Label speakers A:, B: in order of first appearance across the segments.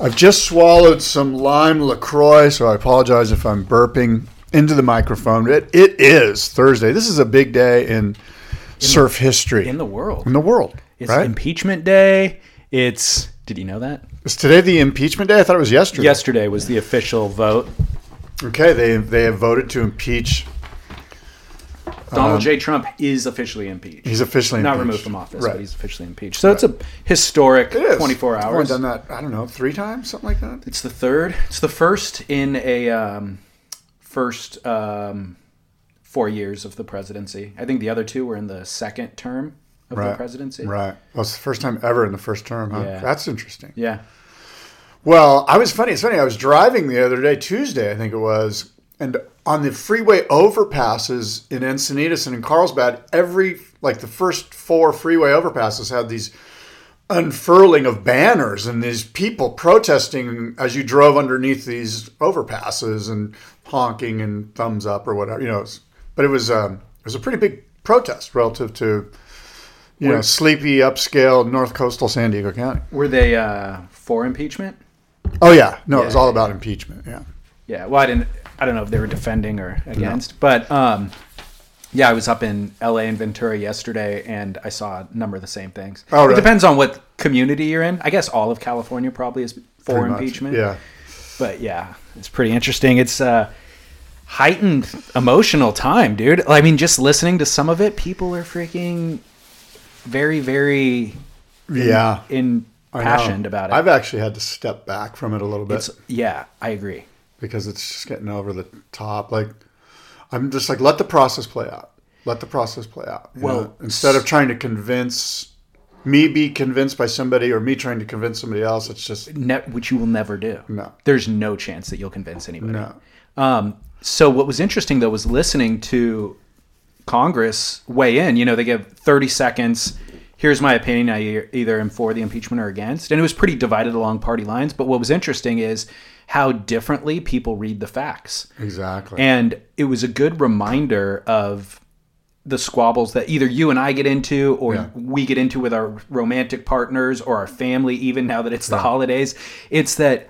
A: I've just swallowed some lime Lacroix, so I apologize if I'm burping into the microphone. It, it is Thursday. This is a big day in, surf history
B: In the world.
A: in the world,
B: It's
A: right?
B: impeachment day. It's. Did you know that?
A: Is today the impeachment day? I thought it was yesterday.
B: Yesterday was the official vote.
A: Okay. They they have voted to impeach.
B: Donald J. Trump is officially impeached.
A: Uh-huh. He's officially
B: not
A: impeached.
B: removed from office,
A: Right.
B: but he's officially impeached. So it's a historic
A: It is.
B: 24
A: I've
B: hours.
A: Only done that. I don't know, three times, something like that.
B: It's the third. It's the first in a um, first um, four years of the presidency. I think the other two were in the second term of the presidency.
A: Right. Well, it's the first time ever in the first term. Huh?
B: Yeah.
A: That's interesting.
B: Yeah.
A: Well, I was funny. It's funny. I was driving the other day, Tuesday, I think it was, and on the freeway overpasses in Encinitas and in Carlsbad, every like the first four freeway overpasses had these unfurling of banners and these people protesting as you drove underneath these overpasses and honking and thumbs up or whatever. You know, it was, but it was um, it was a pretty big protest relative to you know sleepy upscale North Coastal San Diego County.
B: Were they uh, for impeachment?
A: Oh yeah, no, it was all about impeachment. Yeah,
B: Yeah. Well, I didn't. I don't know if they were defending or against, but um, yeah, I was up in L.A. and Ventura yesterday, and I saw a number of the same things.
A: Oh,
B: It
A: really?
B: depends on what community you're in. I guess all of California probably is for
A: pretty much.
B: impeachment.
A: Yeah,
B: but yeah, it's pretty interesting. It's uh heightened emotional time, dude. I mean, just listening to some of it, people are freaking very, very
A: yeah. I know.
B: impassioned about it.
A: I've actually had to step back from it a little bit
B: it's yeah, I agree.
A: because it's just getting over the top. Like I'm just like, let the process play out. Let the process play out. you
B: Well,
A: know? instead of trying to convince me, be convinced by somebody, or me trying to convince somebody else, it's just
B: Ne- which you will never do.
A: No.
B: there's no chance that you'll convince anybody.
A: no.
B: Um, so what was interesting though was listening to Congress weigh in. You know, they give 30 seconds. Here's my opinion. I e- either am for the impeachment or against. And it was pretty divided along party lines. But what was interesting is how differently people read the facts.
A: Exactly.
B: And it was a good reminder of the squabbles that either you and I get into or
A: Yeah.
B: we get into with our romantic partners or our family even now that it's the holidays. It's that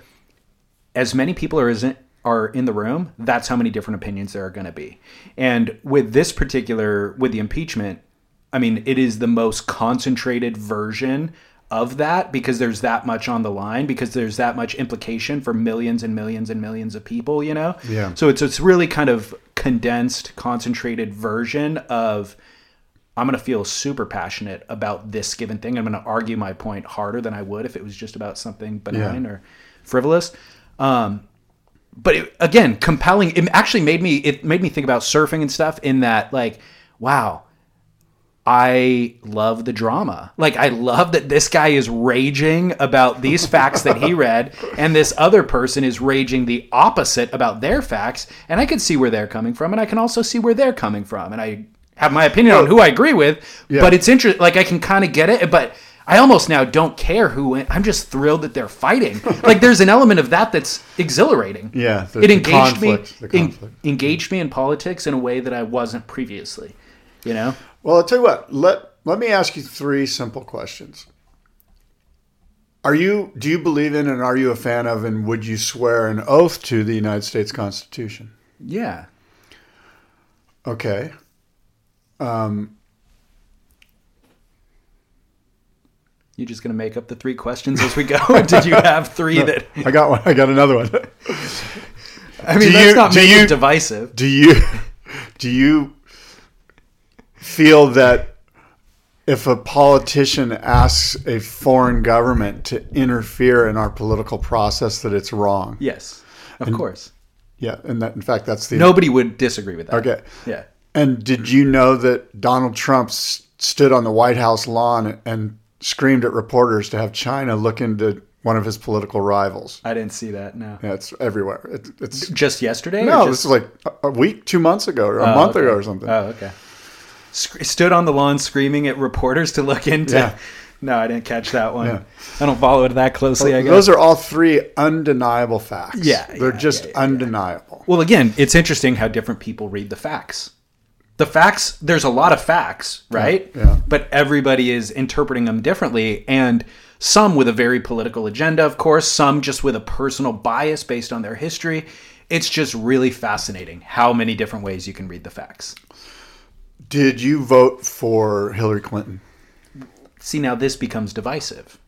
B: as many people are as in, are in the room, that's how many different opinions there are going to be. And with this particular with the impeachment, I mean, it is the most concentrated version of that because there's that much on the line because there's that much implication for millions and millions and millions of people, you know.
A: Yeah.
B: So it's it's really kind of condensed, concentrated version of I'm going to feel super passionate about this given thing. I'm going to argue my point harder than I would if it was just about something benign or frivolous. Um, but it, again, compelling. It actually made me. It made me think about surfing and stuff. In that, like, wow, I love the drama. Like, I love that this guy is raging about these facts that he read, and this other person is raging the opposite about their facts. And I can see where they're coming from, and I can also see where they're coming from. And I have my opinion on who I agree with, but it's interesting. Like, I can kind of get it, but I almost now don't care who. win. I'm just thrilled that they're fighting. like, there's an element of that that's exhilarating.
A: Yeah, the-
B: it
A: the
B: engaged
A: conflict,
B: me.
A: the
B: en-
A: conflict.
B: engaged me in politics in a way that I wasn't previously. You know.
A: Well, I'll tell you what. Let let me ask you three simple questions. Are you do you believe in and are you a fan of and would you swear an oath to the United States Constitution?
B: Yeah.
A: Okay. Um,
B: You're just gonna make up the three questions as we go. Did you have three that?
A: I got one. I got another one.
B: I mean,
A: Do
B: let's
A: you-
B: not
A: do
B: make
A: you-
B: it divisive.
A: Do you do you feel that if a politician asks a foreign government to interfere in our political process that it's wrong?
B: Yes, of course.
A: Yeah, and that in fact that's the
B: Nobody would disagree with that.
A: Okay.
B: Yeah.
A: And did you know that Donald Trump s- stood on the White House lawn and screamed at reporters to have China look into one of his political rivals.
B: I didn't see that. No.
A: Yeah, it's everywhere. It, it's
B: Just yesterday? or
A: no,
B: just-
A: this is like a- a week, two months ago, or a
B: Oh,
A: month
B: okay.
A: ago, or something.
B: Oh, okay. Sc- stood on the lawn screaming at reporters to look into.
A: Yeah.
B: No, I didn't catch that one.
A: Yeah.
B: I don't follow it that closely. I guess.
A: Those are all three undeniable facts.
B: Yeah,
A: they're
B: yeah,
A: just
B: yeah,
A: undeniable.
B: well, again, it's interesting how different people read the facts. The facts, there's a lot of facts, right?
A: Yeah, yeah.
B: But everybody is interpreting them differently, and some with a very political agenda, of course, some just with a personal bias based on their history. It's just really fascinating how many different ways you can read the facts.
A: Did you vote for Hillary Clinton?
B: See, now this becomes divisive.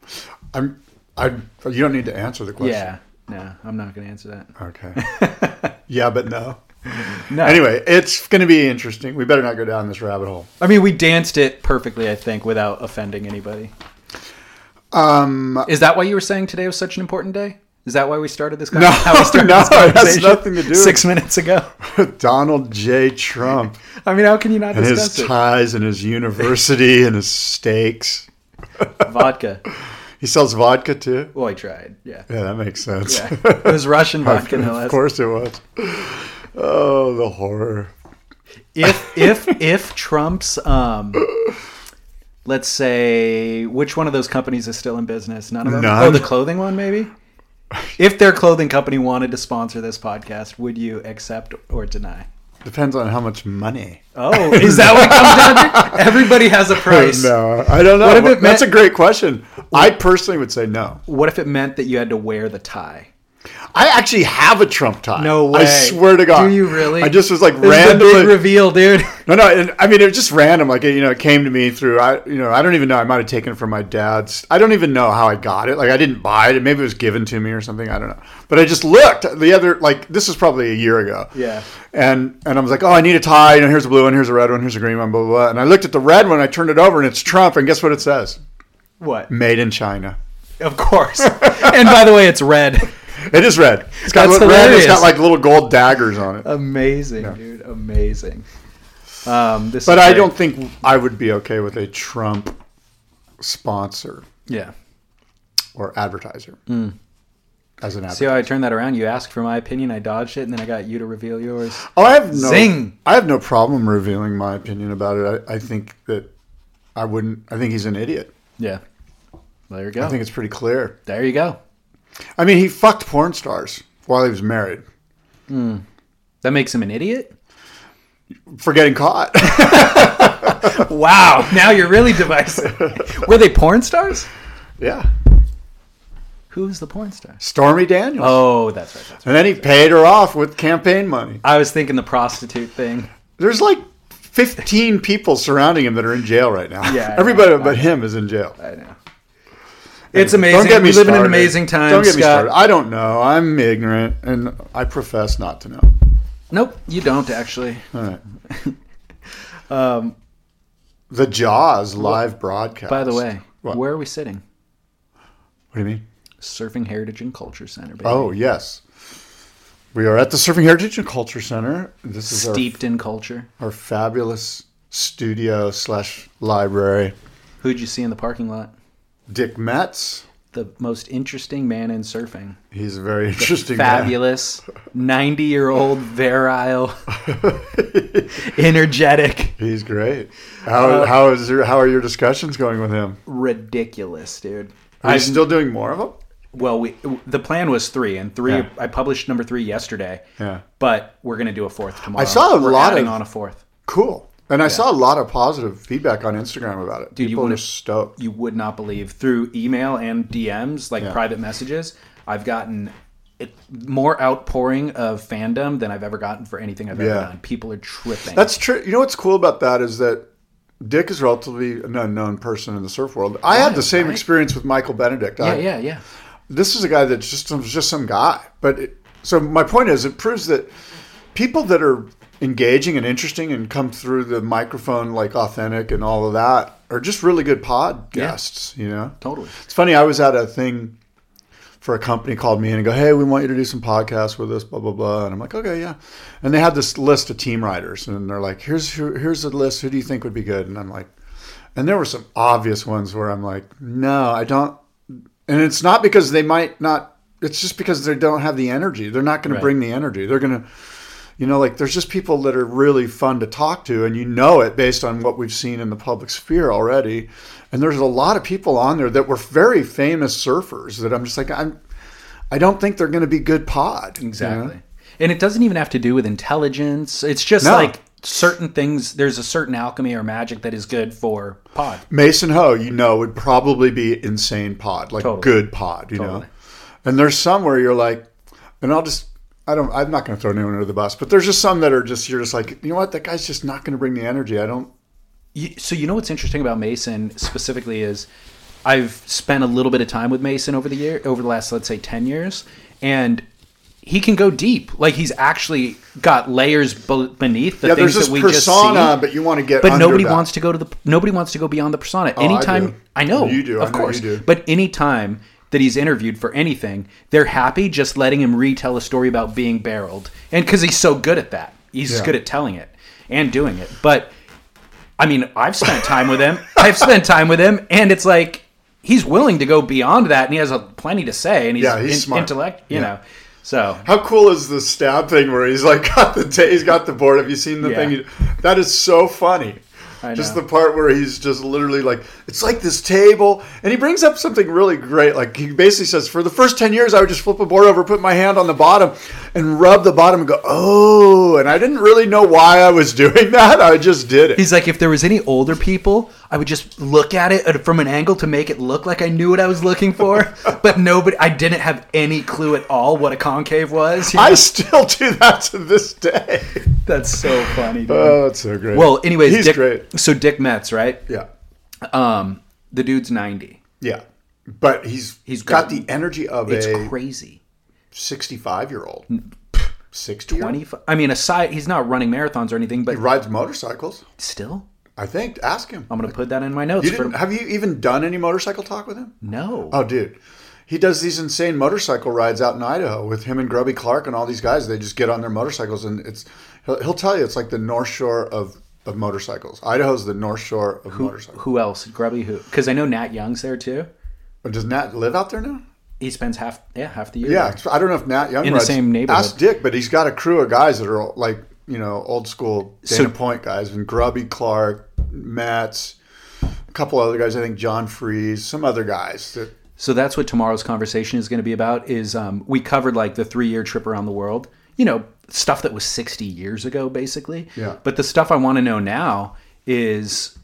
A: I'm. I. You don't need to answer the question.
B: Yeah. No, I'm not going to answer that.
A: Okay. yeah, but no.
B: No.
A: Anyway, it's going to be interesting. We better not go down this rabbit hole.
B: I mean, we danced it perfectly, I think, without offending anybody. Um, is that why you were saying today was such an important day? Is that why we started this? No, how we started
A: no,
B: this
A: it has
B: conversation
A: nothing to do with-
B: Six minutes ago.
A: Donald J. Trump
B: I mean, how can you not
A: and his
B: discuss it?
A: ties and his university and his stakes.
B: Vodka.
A: He sells vodka too.
B: Well, I tried. Yeah.
A: Yeah, that makes sense.
B: Yeah. It was Russian vodka, no
A: of
B: less.
A: course it was. Oh, the horror.
B: If if if Trump's um, let's say which one of those companies is still in business? None of them.
A: None.
B: Oh, the clothing one, maybe. If their clothing company wanted to sponsor this podcast, would you accept or deny?
A: Depends on how much money.
B: Oh, is that what it comes down to? Everybody has a price.
A: No, I don't know.
B: What if it
A: That's a
B: meant-
A: great question. I personally would say no.
B: What if it meant that you had to wear the tie?
A: I actually have a Trump tie.
B: No way.
A: I swear to God.
B: Do you really?
A: I just was like
B: This is the
A: randomly.
B: big reveal, dude.
A: No, no. And, I mean, it was just random. Like it, you know, it came to me through. I, you know, I don't even know. I might have taken it from my dad's. I don't even know how I got it. Like I didn't buy it. Maybe it was given to me or something. I don't know. But I just looked the other. Like this was probably a year ago.
B: Yeah.
A: And and I was like, oh, I need a tie. You know, here's a blue one. Here's a red one. Here's a green one. Blah blah. blah. And I looked at the red one. I turned it over, and it's Trump. And guess what it says?
B: What?
A: Made in China.
B: Of course. and by the way, it's red.
A: It is red. It's got
B: That's
A: li- red. It's
B: hilarious.
A: got like little gold daggers on it.
B: Amazing, dude. Amazing. Um, this
A: But
B: is
A: I
B: great.
A: don't think I would be okay with a Trump sponsor
B: Yeah.
A: or advertiser as an
B: Hmm. See
A: advertiser.
B: how I turned that around? You asked for my opinion, I dodged it, and then I got you to reveal yours.
A: Oh, I have no.
B: Zing.
A: I have no problem revealing my opinion about it. I, I think that I wouldn't. I think he's an idiot.
B: Yeah. There you go.
A: I think it's pretty clear.
B: there you go.
A: I mean, he fucked porn stars while he was married
B: That makes him an idiot?
A: for getting caught.
B: Wow. Now you're really divisive. Were they porn stars?
A: yeah,
B: Who's the porn star?
A: Stormy Daniels,
B: Oh, that's right. That's right.
A: and then he paid her off with campaign money.
B: I was thinking the prostitute thing.
A: There's like 15 people surrounding him that are in jail right now.
B: Yeah, I
A: everybody
B: know, I
A: but him is in jail.
B: I know. It's amazing.
A: Don't get me
B: we live in an
A: started.
B: amazing time,
A: Don't get me
B: Scott.
A: started. I don't know. I'm ignorant, and I profess not to know.
B: Nope, you don't actually.
A: All right. Um, the Jaws live broadcast.
B: By the way,
A: What?
B: where are we sitting?
A: what do you mean?
B: Surfing Heritage and Culture Center, baby.
A: Oh yes, we are at the Surfing Heritage and Culture Center. This is our,
B: steeped in culture.
A: our fabulous studio slash library.
B: Who'd you see in the parking lot?
A: Dick Metz.
B: The most interesting man in surfing.
A: He's a very interesting. man.
B: Fabulous, ninety-year-old, virile, energetic,
A: He's great. How,
B: Uh,
A: how is your, how are your discussions going with him?
B: ridiculous, dude.
A: Are you still doing more of them?
B: Well, we the plan was three, and three.
A: Yeah.
B: I published number three yesterday.
A: Yeah.
B: But we're gonna do a fourth tomorrow.
A: saw a
B: we're
A: lot
B: adding
A: of-
B: on a fourth.
A: Cool. And I saw a lot of positive feedback on Instagram about it.
B: Dude, you
A: People are
B: would've-
A: stoked.
B: You would not believe through email and DMs, like
A: Yeah.
B: private messages. I've gotten it, more outpouring of fandom than I've ever gotten for anything I've
A: Yeah.
B: ever done. People are tripping.
A: That's true. You know what's cool about that is that Dick is relatively an unknown person in the surf world. I had the same
B: right.
A: experience with Michael Benedict.
B: yeah,
A: I,
B: yeah, yeah.
A: This is a guy that's just was just some guy. But it, so my point is, it proves that people that are engaging and interesting and come through the microphone like authentic and all of that are just really good pod
B: Yeah.
A: guests. You know,
B: Totally.
A: It's funny. I was at a thing for a company called me in and go, hey, we want you to do some podcasts with us, blah blah blah. And I'm like, okay, yeah. And they had this list of team writers, and they're like, here's who, here's the list. Who do you think would be good? And I'm like, and there were some obvious ones where I'm like, no, I don't. And it's not because they might not. It's just because they don't have the energy. They're not going to bring the energy. They're going to, you know, like there's just people that are really fun to talk to, and you know it based on what we've seen in the public sphere already. And there's a lot of people on there that were very famous surfers that I'm just like I'm. I don't think they're going to be good pod. you know?
B: Exactly. And it doesn't even have to do with intelligence. It's just
A: No.
B: like certain things there's a certain alchemy or magic that is good for pod.
A: Mason Ho, you know, would probably be insane pod, like
B: Totally.
A: good pod, you know.
B: Totally.
A: And there's some where you're like, and I'll just, I don't, I'm not going to throw anyone under the bus, but there's just some that are just, you're just like, you know what, that guy's just not going to bring the energy. I don't,
B: You- So you know what's interesting about Mason specifically is I've spent a little bit of time with Mason over the year over the last let's say 10 years and he can go deep. Like he's actually got layers be- beneath the
A: yeah, there's
B: things
A: this
B: that we
A: persona,
B: just see.
A: but you want to get,
B: but
A: under
B: nobody
A: that. Oh,
B: wants to go to the nobody wants to go beyond the persona.
A: I do.
B: anytime I, know
A: You do. I
B: of
A: know you
B: course.
A: do.
B: But anytime that he's interviewed for anything, they're happy just letting him retell a story about being barreled, and because he's so good at that, he's
A: Yeah.
B: good at telling it and doing it. But I mean, I've spent time with him. I've spent time with him, and it's like he's willing to go beyond that, and he has a, plenty to say, and he's,
A: Yeah, he's smart.
B: intellect, you
A: Yeah.
B: know. So
A: How cool is the stab thing where he's like got the ta he's got the board. Have you seen the
B: Yeah.
A: thing? That is so funny.
B: I
A: Just the
B: know.
A: part where he's just literally like, it's like this table, and he brings up something really great. Like he basically says, for the first ten years, I would just flip a board over, put my hand on the bottom, and rub the bottom, and go, oh. And I didn't really know why I was doing that. I just did it.
B: He's like, if there was any older people, I would just look at it at- from an angle to make it look like I knew what I was looking for. but nobody, I didn't have any clue at all what a concave was.
A: I still do that to this day.
B: That's so funny. Dude.
A: Oh, that's so great.
B: well, anyways,
A: he's
B: Dick,
A: great.
B: So Dick Metz, right?
A: Yeah,
B: Um, the dude's ninety.
A: yeah, but he's he's
B: He's
A: got
B: golden.
A: the energy of
B: It's
A: a
B: crazy.
A: 65 year old. 60
B: Twenty. I mean, aside, he's not running marathons or anything, but
A: rides motorcycles.
B: still,
A: I think. Ask him.
B: I'm gonna put that in my notes.
A: You
B: for
A: didn't, have you even done any motorcycle talk with him?
B: no.
A: Oh, dude. He does these insane motorcycle rides out in Idaho with him and Grubby Clark and all these guys. They just get on their motorcycles and it's he'll, he'll tell you it's like the North Shore of, of motorcycles. Idaho's the North Shore of motorcycles.
B: Who else? Grubby? Who? Because I know Nat Young's there too.
A: Does Nat live out there now?
B: He spends half, yeah, half the year.
A: Yeah,
B: there.
A: so I don't know if Nat Young
B: In the
A: rides-
B: same neighborhood.
A: Ask Dick, but he's got a crew of guys that are like you know old school Dana
B: So-
A: Point guys and Grubby Clark, Matts, a couple other guys. I think John Freeze, some other guys. That,
B: So that's what tomorrow's conversation is going to be about. Is um, we covered like the three year trip around the world. You know, stuff that was sixty years ago, basically.
A: Yeah.
B: But the stuff I want to know now is,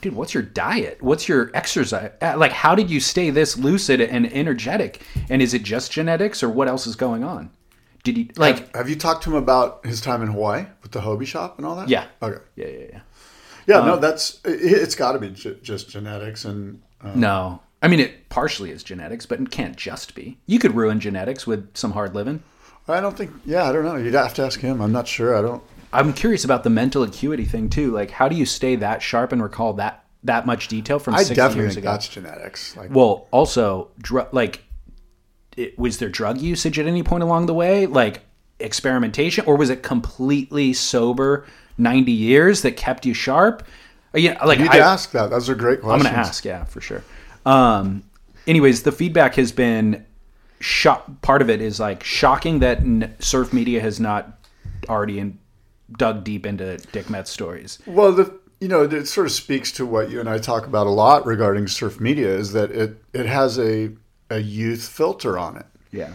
B: dude, what's your diet? What's your exercise? uh, Like, how did you stay this lucid and energetic? And is it just genetics, or what else is going on? Did you like?
A: have you talked to him about his time in Hawaii with the Hobie shop and all that?
B: Yeah. Um,
A: Okay.
B: Yeah, yeah, yeah.
A: Yeah. no, that's it, it's got to be ju- just genetics and
B: No. I mean, it partially is genetics, but it can't just be. You could ruin genetics with some hard living.
A: I don't think. Yeah, I don't know. You'd have to ask him. I'm not sure. I don't.
B: I'm curious about the mental acuity thing too. Like, how do you stay that sharp and recall that that much detail from
A: I
B: 60
A: definitely
B: years
A: think
B: ago?
A: that's genetics. Like,
B: Well, also, dr- like, it, was there drug usage at any point along the way? Like experimentation, or was it completely sober 90 years that kept you sharp? Uh, Yeah, like
A: you need
B: I,
A: to ask that. Those are great
B: I'm
A: questions.
B: gonna ask, yeah, for sure. Um, anyways, the feedback has been shock. Part of it is like shocking that n- surf media has not already in- dug deep into Dick Metz stories.
A: Well, the you know it sort of speaks to what you and I talk about a lot regarding surf media is that it it has a a youth filter on it.
B: Yeah,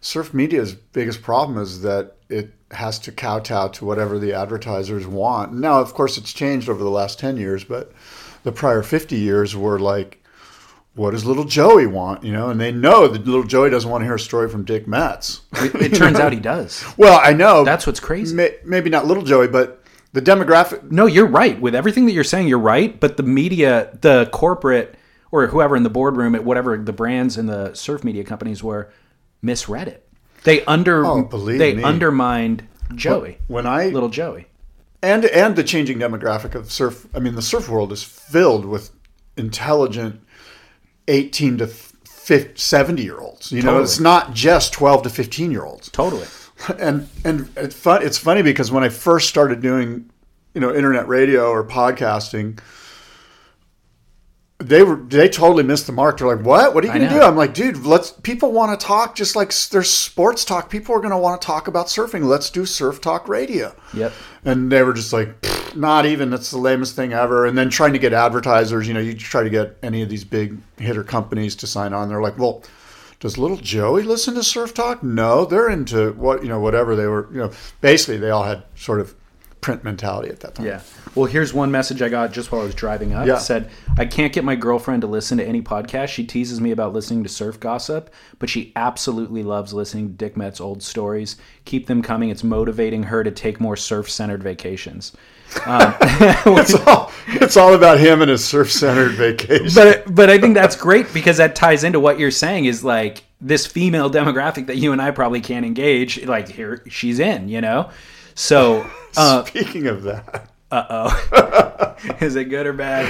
A: Surf media's biggest problem is that it has to kowtow to whatever the advertisers want. Now, of course, it's changed over the last ten years, but the prior fifty years were like. What does little Joey want? You know, and they know that little Joey doesn't want to hear a story from Dick Metz.
B: it, it turns out he does.
A: Well, I know
B: That's what's crazy.
A: May, maybe not little Joey, but the demographic.
B: No, you're right. With everything that you're saying, you're right. But the media, the corporate, or whoever in the boardroom at whatever the brands and the surf media companies were, misread it. They under
A: Oh, believe
B: they
A: me.
B: undermined Joey,
A: When I
B: little Joey.
A: and and the changing demographic of surf i mean the surf world is filled with intelligent 18 to 50, 70 year olds you know
B: Totally.
A: it's not just 12 to 15 year olds
B: Totally.
A: and and it's fun it's funny because when i first started doing you know internet radio or podcasting they were they totally missed the mark. They're like, "What? What are you
B: I
A: going to
B: know.
A: do?" I'm like, "Dude, let's people want to talk just like s- there's sports talk. People are going to want to talk about surfing. Let's do surf talk radio."
B: Yep.
A: And they were just like, "Pfft, "Not even. That's the lamest thing ever." And then trying to get advertisers, you know, you try to get any of these big hitter companies to sign on. They're like, "Well, does little Joey listen to surf talk?" No, they're into what you know, whatever they were. You know, basically they all had sort of print mentality at that time.
B: Yeah. Well, here's one message I got just while I was driving up.
A: Yeah.
B: It said, I can't get my girlfriend to listen to any podcast. She teases me about listening to surf gossip, but she absolutely loves listening to Dick Met's old stories. Keep them coming. It's motivating her to take more surf centered vacations.
A: it's all it's all about him and his surf centered vacation.
B: But, but I think that's great because that ties into what you're saying is like this female demographic that you and I probably can't engage. Like, here she's in, you know? So, uh
A: Speaking of that,
B: oh. is it good or bad?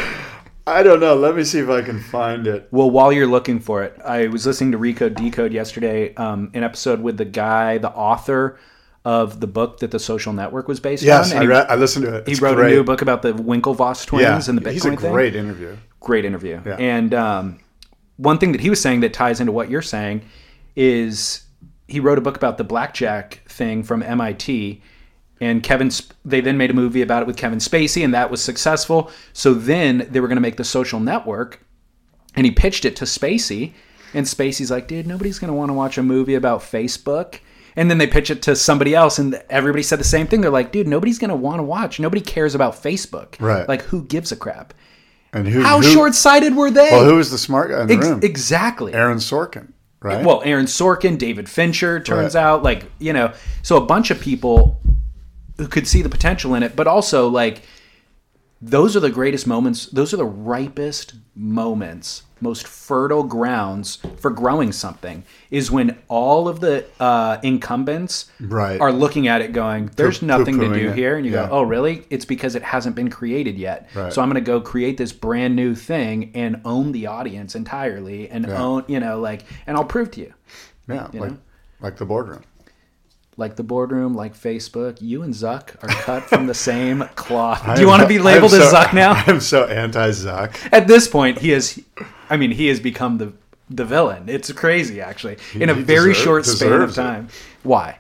A: I don't know. Let me see if I can find it.
B: Well, while you're looking for it, I was listening to Recode Decode yesterday, um, an episode with the guy, the author of the book that the social network was based
A: Yes,
B: on.
A: I,
B: and he-
A: read, I listened to it.
B: He
A: It's
B: wrote
A: great.
B: a new book about the Winklevoss twins
A: Yeah,
B: and the Bitcoin
A: he's a
B: thing.
A: great interview.
B: Great interview.
A: Yeah.
B: And um, one thing that he was saying that ties into what you're saying is he wrote a book about the blackjack thing from MIT. And Kevin, Sp- they then made a movie about it with Kevin Spacey, and that was successful. So then they were going to make the social network, and he pitched it to Spacey, and Spacey's like, "Dude, nobody's gonna want to watch a movie about Facebook." And then they pitch it to somebody else, and everybody said the same thing. They're like, "Dude, nobody's gonna want to watch. Nobody cares about Facebook.
A: Right.
B: Like, who gives a crap?
A: And who?
B: How
A: who,
B: short-sighted were they?
A: Well, who was the smart guy in the
B: Ex-
A: room?
B: exactly.
A: Aaron Sorkin, right?
B: Well, Aaron Sorkin, David Fincher, turns
A: Right.
B: out, like, you know, so a bunch of people who could see the potential in it, but also, like, those are the greatest moments. Those are the ripest moments, most fertile grounds for growing something is when all of the uh, incumbents
A: Right.
B: are looking at it going, there's
A: Poo-
B: nothing to
A: poo-pooing
B: do
A: it.
B: here. And you
A: Yeah.
B: go, oh, really? It's because it hasn't been created yet.
A: Right.
B: So I'm going to go create this brand new thing and own the audience entirely and own, you know, like, and I'll prove to you,
A: yeah, like
B: know?
A: like the boardroom.
B: like the boardroom, like Facebook, you and Zuck are cut from the same cloth.
A: I
B: Do you
A: am
B: want to
A: so-
B: be
A: I am
B: labeled as
A: so-
B: Zuck now?
A: I'm so anti Zuck.
B: At this point, he has, I mean, he has become the the villain. It's crazy, actually, in a
A: he
B: very
A: deserve-
B: short span of
A: deserves it.
B: time. Why?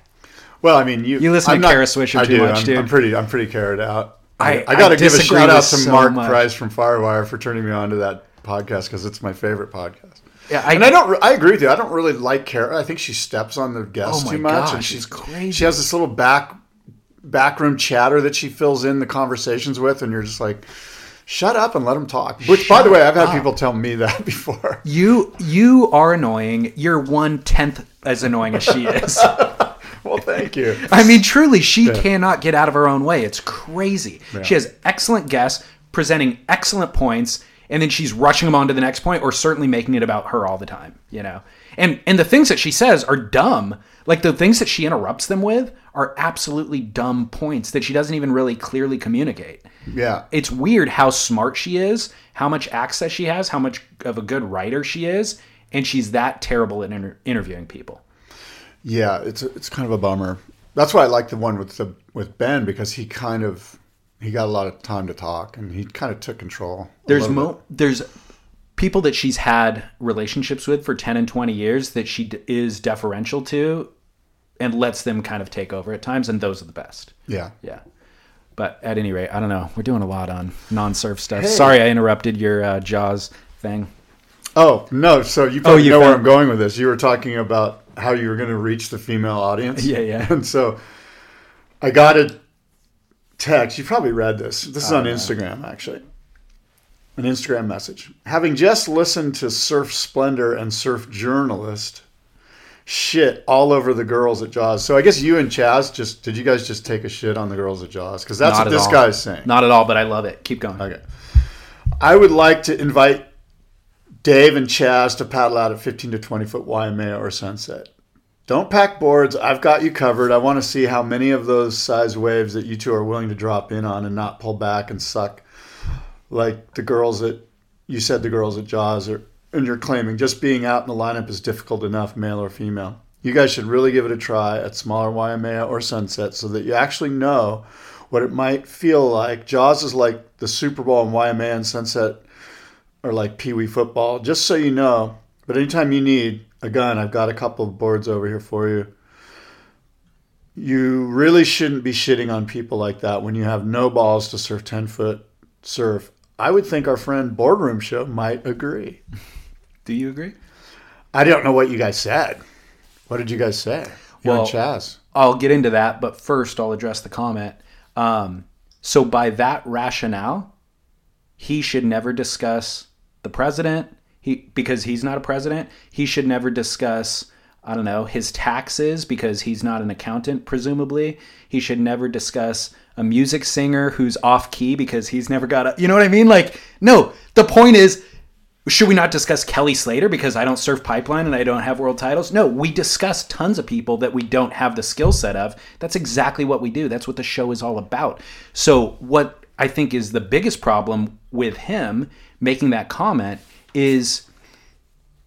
A: Well, I mean, you
B: You listen
A: I'm
B: to Kara Swisher
A: I
B: too
A: do.
B: much,
A: I'm,
B: dude.
A: I'm pretty. I'm pretty carried out.
B: I-
A: I got to
B: I
A: give a
B: disagree
A: shout out
B: with
A: to
B: so
A: Mark
B: much.
A: Price from Firewire for turning me on to that podcast because it's my favorite podcast.
B: Yeah, I,
A: and I don't. re- I agree with you. I don't really like Kara. I think she steps on the guests
B: Oh my
A: too much,
B: gosh,
A: and
B: it's
A: she's
B: crazy.
A: She has this little back backroom chatter that she fills in the conversations with, and you're just like, shut up and let them talk. Which, by the way, I've had people tell me that before.
B: You you are annoying. You're one tenth as annoying as she is.
A: well, thank you.
B: I mean, truly, she cannot get out of her own way. It's crazy. She has excellent guests presenting excellent points, and then she's rushing them on to the next point, or certainly making it about her all the time. You know, and and the things that she says are dumb. Like the things that she interrupts them with are absolutely dumb points that she doesn't even really clearly communicate.
A: Yeah,
B: It's weird how smart she is, how much access she has, how much of a good writer she is, and she's that terrible at inter- interviewing people.
A: yeah. It's it's kind of a bummer. That's why I like the one with the with Ben because he kind of he got a lot of time to talk and he kind of took control. a
B: there's
A: little bit.
B: mo- there's people that she's had relationships with for 10 and 20 years that she d- is deferential to and lets them kind of take over at times and those are the best
A: yeah.
B: yeah but at any rate i don't know we're doing a lot on non-surf stuff sorry i interrupted your uh, jaws thing
A: Oh no! So you probably
B: you
A: know where
B: found-
A: I'm going with this. You were talking about how you were going to reach the female audience.
B: Yeah, yeah.
A: And so I got a text. You probably read this. This is on Instagram, actually. An Instagram message. Having just listened to Surf Splendor and Surf Journalist, shit all over the girls at Jaws. So I guess you and Chaz just did. You guys just take a shit on the girls at Jaws because that's
B: Not
A: what
B: at
A: this
B: all.
A: guy's saying.
B: not at all but i love it keep going
A: Okay. I would like to invite Dave and Chaz to paddle out at 15 to 20 foot Waimea or sunset. Don't pack boards. I've got you covered. I want to see how many of those size waves that you two are willing to drop in on and not pull back and suck like the girls that you said the girls at Jaws are, and you're claiming just being out in the lineup is difficult enough, male or female. You guys should really give it a try at smaller Waimea or Sunset so that you actually know what it might feel like. Jaws is like the Super Bowl in Waimea and Sunset or like Pee Wee football, just so you know. But anytime you need a gun, I've got a couple of boards over here for you. You really shouldn't be shitting on people like that when you have no balls to surf 10 foot surf. I would think our friend Boardroom Show might agree.
B: Do you agree?
A: I don't know what you guys said. What did you guys say? You
B: Well,
A: and Chaz.
B: I'll get into that, but first I'll address the comment. Um, so by that rationale, he should never discuss the president. He because he's not a president. He should never discuss I don't know his taxes because he's not an accountant. Presumably, he should never discuss a music singer who's off key because he's never got a. You know what I mean? Like no. The point is. Should we not discuss Kelly Slater because I don't surf pipeline and I don't have world titles? No, we discuss tons of people that we don't have the skill set of. That's exactly what we do. That's what the show is all about. So, what I think is the biggest problem with him making that comment is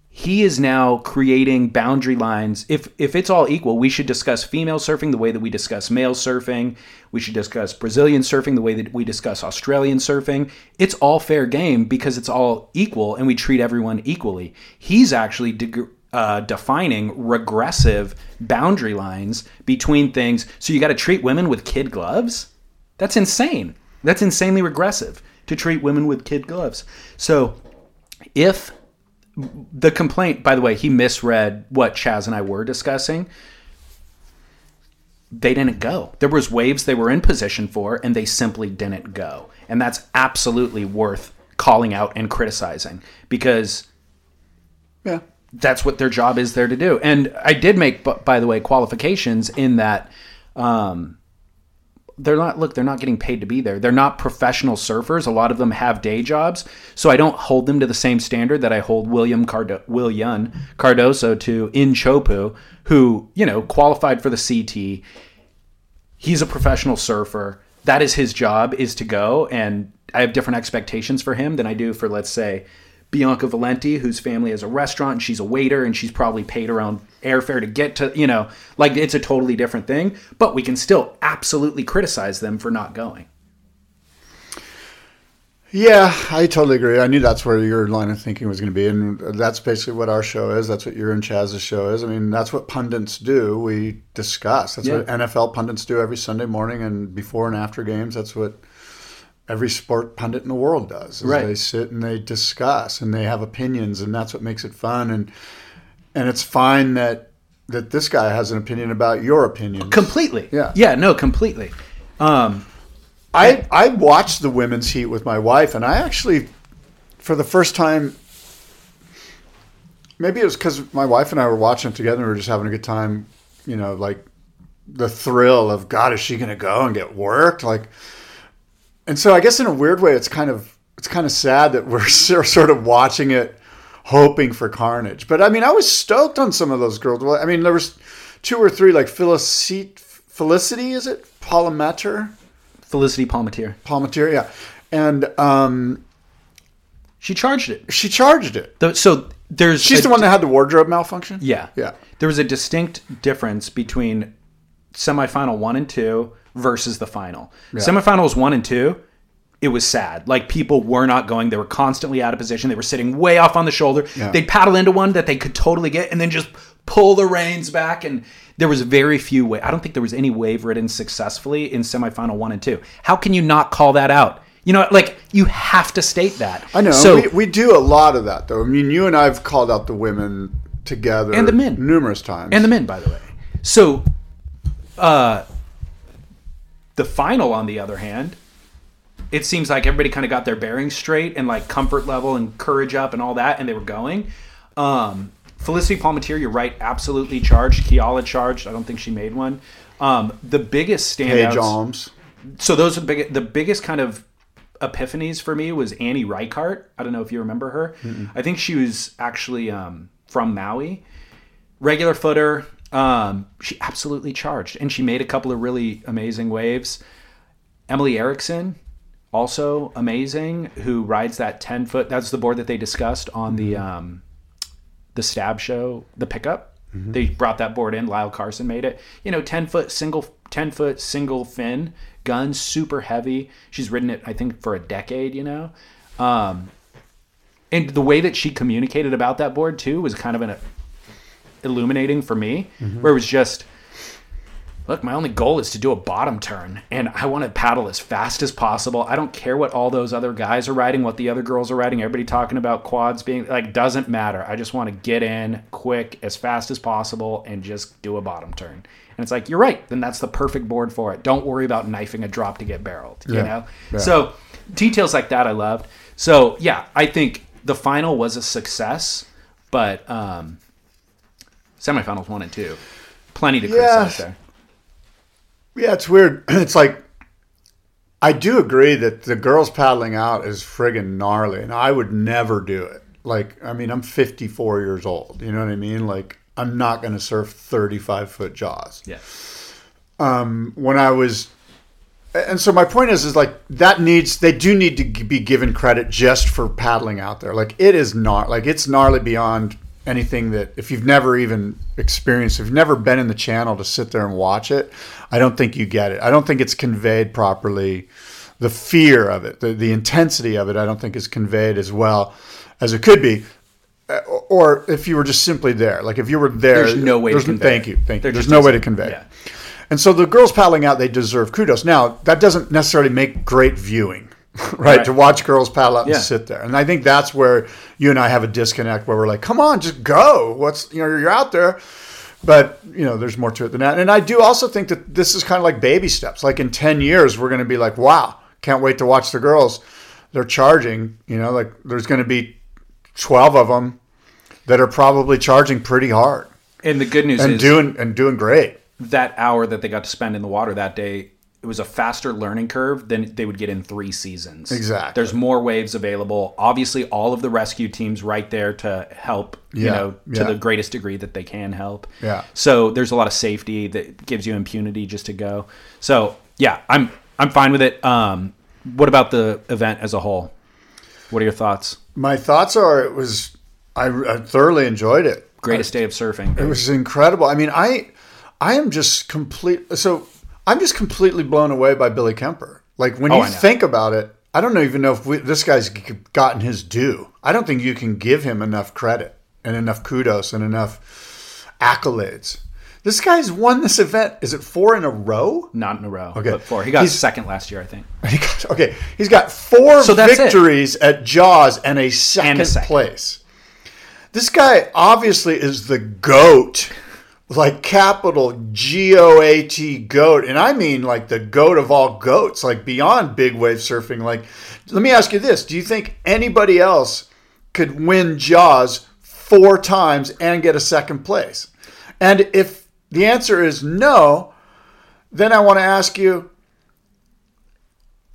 B: he is now creating boundary lines. If if it's all equal, we should discuss female surfing the way that we discuss male surfing. We should discuss Brazilian surfing the way that we discuss Australian surfing. It's all fair game because it's all equal and we treat everyone equally. He's actually deg- uh, defining regressive boundary lines between things. So you got to treat women with kid gloves. That's insane. That's insanely regressive to treat women with kid gloves. So if the complaint, by the way, he misread what Chaz and I were discussing. They didn't go. There was waves they were in position for, and they simply didn't go. And that's absolutely worth calling out and criticizing because
A: Yeah.
B: that's what their job is there to do. And I did make, bu- by the way, qualifications in that um, they're not look they're not getting paid to be there they're not professional surfers a lot of them have day jobs so i don't hold them to the same standard that i hold william Cardo- william cardoso to in chopu who you know qualified for the ct he's a professional surfer that is his job is to go and i have different expectations for him than i do for let's say bianca valenti whose family has a restaurant and she's a waiter and she's probably paid her own airfare to get to you know like it's a totally different thing but we can still absolutely criticize them for not going
A: Yeah, I totally agree. I knew that's where your line of thinking was going to be, and that's basically what our show is. That's what your and Chaz's show is. I mean, that's what pundits do. We discuss. That's what
B: Yeah.
A: NFL pundits do every Sunday morning and before and after games. That's what every sport pundit in the world does. is
B: Right.
A: They sit and they discuss and they have opinions, and that's what makes it fun. and And it's fine that that this guy has an opinion about your opinion.
B: completely
A: Yeah.
B: yeah no completely
A: I I watched the women's heat with my wife, and I actually, for the first time, maybe it was because my wife and I were watching it together. and We were just having a good time, you know, like the thrill of God, is she going to go and get worked? Like, and so I guess in a weird way, it's kind of it's kind of sad that we're so- sort of watching it, hoping for carnage. But I mean, I was stoked on some of those girls. Well, I mean, there was two or three like Felicity, Felicity is it Polymeter?
B: felicity palmatier
A: Palmatier, yeah. And um,
B: she charged it
A: she charged it.
B: Th- so there's
A: She's
B: a-
A: the one that had the wardrobe malfunction?
B: Yeah.
A: Yeah.
B: There was a distinct difference between semifinal one and two versus the final. Semifinals one and two, it was sad. Like people were not going. They were constantly out of position. They were sitting way off on the shoulder.
A: Yeah.
B: They'd paddle into one that they could totally get and then just pull the reins back. And there was very few wa I don't think there was any wave ridden successfully in semifinal one and two. How can you not call that out? You know, like you have to state that.
A: I know.
B: So
A: we, we do a lot of that, though. I mean, you and I have called out the women together
B: And the men.
A: numerous times.
B: and the men, by the way. So, uh, the final, on the other hand, it seems like everybody kind of got their bearings straight and like comfort level and courage up and all that, and they were going. Um, Felicity Palmatier, you're right, absolutely charged. Kiala charged. I don't think she made one. Um, the biggest
A: Paige
B: standouts
A: Alms.
B: so those are the big the biggest kind of epiphanies for me was Annie Reichart. I don't know if you remember her. I think she was actually um, from Maui. Regular footer. Um, she absolutely charged, and she made a couple of really amazing waves. Emily Erickson, also amazing, who rides that ten foot. That's the board that they discussed on the um, the stab show, the pickup. They brought that board in. Lyle Carson made it. You know, ten foot single, ten foot single fin gun, super heavy. She's ridden it, I think, for a decade. You know, um, and the way that she communicated about that board too was kind of an illuminating for me,
A: Mm-hmm.
B: where it was just look, my only goal is to do a bottom turn and I want to paddle as fast as possible. I don't care what all those other guys are riding, what the other girls are riding, everybody talking about quads being like doesn't matter. I just want to get in quick as fast as possible and just do a bottom turn. And it's like, you're right, then that's the perfect board for it. Don't worry about knifing a drop to get barreled, you
A: Yeah.
B: know?
A: Yeah.
B: So details like that I loved. So yeah, I think the final was a success, but um semifinals one and two. Plenty to criticize there.
A: Yeah, it's weird. It's like I do agree that the girls paddling out is friggin' gnarly, and I would never do it. Like, I mean, I'm 54 years old. You know what I mean? Like, I'm not going to surf 35 foot jaws.
B: Yeah.
A: When I was, and so my point is, is like that needs they do need to g- be given credit just for paddling out there. Like, it is gnar like it's gnarly beyond anything that if you've never even experienced, if you've never been in the channel to sit there and watch it, I don't think you get it. I don't think it's conveyed properly the fear of it, the, the intensity of it, I don't think is conveyed as well as it could be. Uh, Or if you were just simply there, like if you were there,
B: There's no way to
A: there's-
B: convey
A: Thank
B: it.
A: you, thank you.
B: There
A: There's
B: just
A: no way to
B: isn't.
A: convey. it.
B: Yeah.
A: And so the girls paddling out, they deserve kudos. Now that doesn't necessarily make great viewing, right? To watch girls paddle out
B: Yeah.
A: and sit there, and I think that's where you and I have a disconnect, where we're like, "Come on, just go." What's you know, you're out there but you know there's more to it than that and i do also think that this is kind of like baby steps like in 10 years we're going to be like wow can't wait to watch the girls they're charging you know like there's going to be 12 of them that are probably charging pretty hard
B: And the good news
A: and
B: is
A: doing and doing great
B: that hour that they got to spend in the water that day, it was a faster learning curve than they would get in three seasons.
A: Exactly.
B: There's more waves available. Obviously, all of the rescue teams right there to help, you
A: Yeah,
B: know, to
A: yeah.
B: the greatest degree that they can help.
A: Yeah.
B: So there's a lot of safety that gives you impunity just to go. So yeah, I'm I'm fine with it. Um, what about the event as a whole? What are your thoughts?
A: my thoughts are it was i, I thoroughly enjoyed it
B: Greatest day of surfing.
A: Uh, It was incredible. I mean, I I am just complete. So I'm just completely blown away by Billy Kemper. Like when
B: Oh,
A: you
B: I know.
A: think about it, I don't even know if we, this guy's g- gotten his due. I don't think you can give him enough credit and enough kudos and enough accolades. This guy's won this event. Is it four in a row?
B: Not in a row,
A: Okay.
B: but four. He got
A: He's-
B: second last year, I think.
A: He got- okay, he's got four
B: So that's it.
A: victories at Jaws and a second,
B: second.
A: place. This guy obviously is the goat, like capital G O A T goat, and I mean like the goat of all goats, like beyond big wave surfing. Like, let me ask you this: Do you think anybody else could win Jaws four times and get a second place? And if the answer is no, then I want to ask you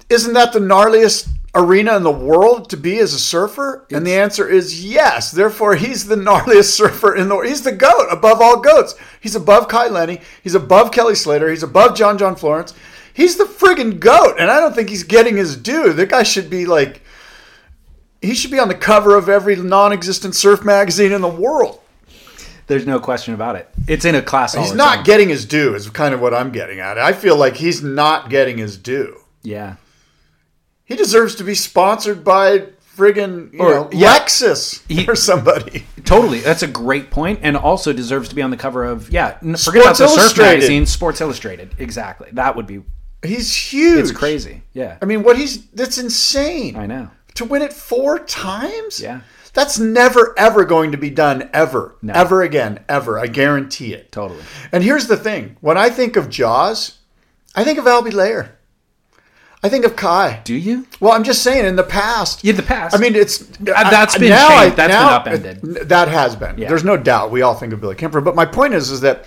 A: isn't that the gnarliest arena in the world to be as a surfer? and the answer is yes. Therefore, he's the gnarliest surfer in the world. He's the goat above all goats. He's above Kai Lenny. He's above Kelly Slater. He's above John John Florence. He's the friggin' goat. And I don't think he's getting his due. The guy should be like, he should be on the cover of every non existent surf magazine in the world.
B: There's no question about it. It's in a class. all
A: He's
B: Oh, its
A: not
B: own.
A: getting his due, is kind of what I'm getting at. I feel like he's not getting his due.
B: Yeah.
A: He deserves to be sponsored by friggin' you
B: Or-
A: know,
B: yeah.
A: Lexus
B: He-
A: or somebody.
B: Totally. That's a great point, and also deserves to be on the cover of yeah. N- forget
A: Sports
B: about the Surf
A: Illustrated.
B: magazine, Sports Illustrated. Exactly. That would be.
A: He's huge.
B: It's crazy. Yeah.
A: I mean, what he's that's insane.
B: I know.
A: To win it four times?
B: Yeah.
A: That's never ever going to be done ever. Ever again, ever. I guarantee it.
B: Totally.
A: And here's the thing. When I think of Jaws, I think of Albie Layer. I think of Kai.
B: Do you?
A: Well, I'm just saying in the past.
B: Yeah, the past.
A: I mean, it's
B: Uh, that's been changed. That's been upended.
A: it- that has been. There's no doubt. We all think of Billy Kemper, but my point is, is that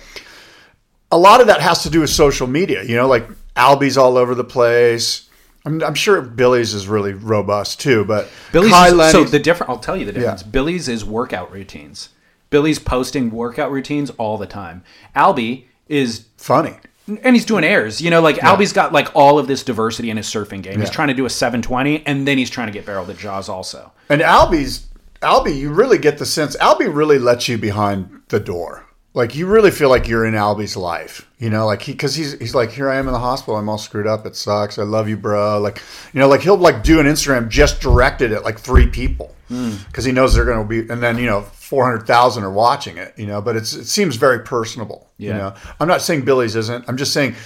A: a lot of that has to do with social media. You know, like Albie's all over the place. I'm, I'm sure Billy's is really robust too, but
B: Billy's.
A: Kai
B: is- so
A: Lenny's-
B: the different. I'll tell you the difference. Billy's is workout routines. Billy's posting workout routines all the time. Albie is
A: funny.
B: and he's doing airs. You know, like Albie's got like all of this diversity in his surfing game. He's
A: Yeah.
B: trying to do a 720, and then he's trying to get barreled at Jaws also.
A: And Albie's Albie, you really get the sense Albie really lets you behind the door. like you really feel like you're in Albie's life, you know, like he because he's he's like here I am in the hospital, I'm all screwed up, it sucks, I love you, bro, like you know, like he'll like do an Instagram just directed at like three people because he knows they're going to be, and then you know, four hundred thousand are watching it, you know, but it's it seems very personable, you
B: Yeah.
A: know. I'm not saying Billy's isn't, I'm just saying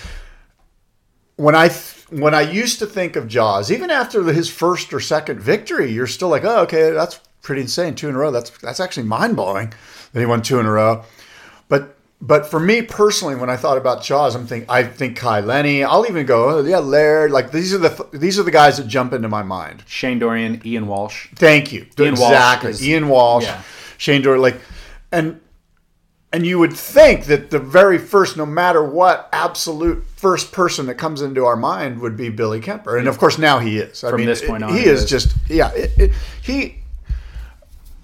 A: when I th- when I used to think of Jaws, even after the- his first or second victory, you're still like, oh, okay, that's pretty insane, two in a row. That's that's actually mind blowing that he won two in a row. But but for me personally, when I thought about Jaws, I'm think I think Kai Lenny. I'll even go, oh, yeah, Laird. Like these are the these are the guys that jump into my mind.
B: Shane Dorian, Ian Walsh.
A: Thank you.
B: Ian Walsh
A: exactly.
B: is-
A: Ian Walsh,
B: yeah.
A: Shane Doherty, like, and and you would think that the very first, no matter what, absolute first person that comes into our mind would be Billy Kemper, and of course now he is. I
B: From
A: mean,
B: this point on,
A: he
B: he
A: is
B: is.
A: just yeah. It, it, he.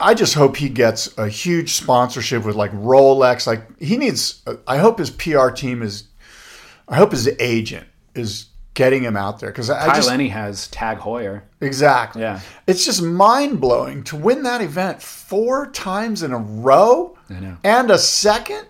A: I just hope he gets a huge sponsorship with like Rolex. Like he needs. I hope his PR team is. I hope his agent is getting him out there because I
B: Ty
A: just
B: Lenny has Tag Hoyer.
A: Exactly.
B: Yeah.
A: It's just mind blowing to win that event four times in a row
B: know.
A: and a second.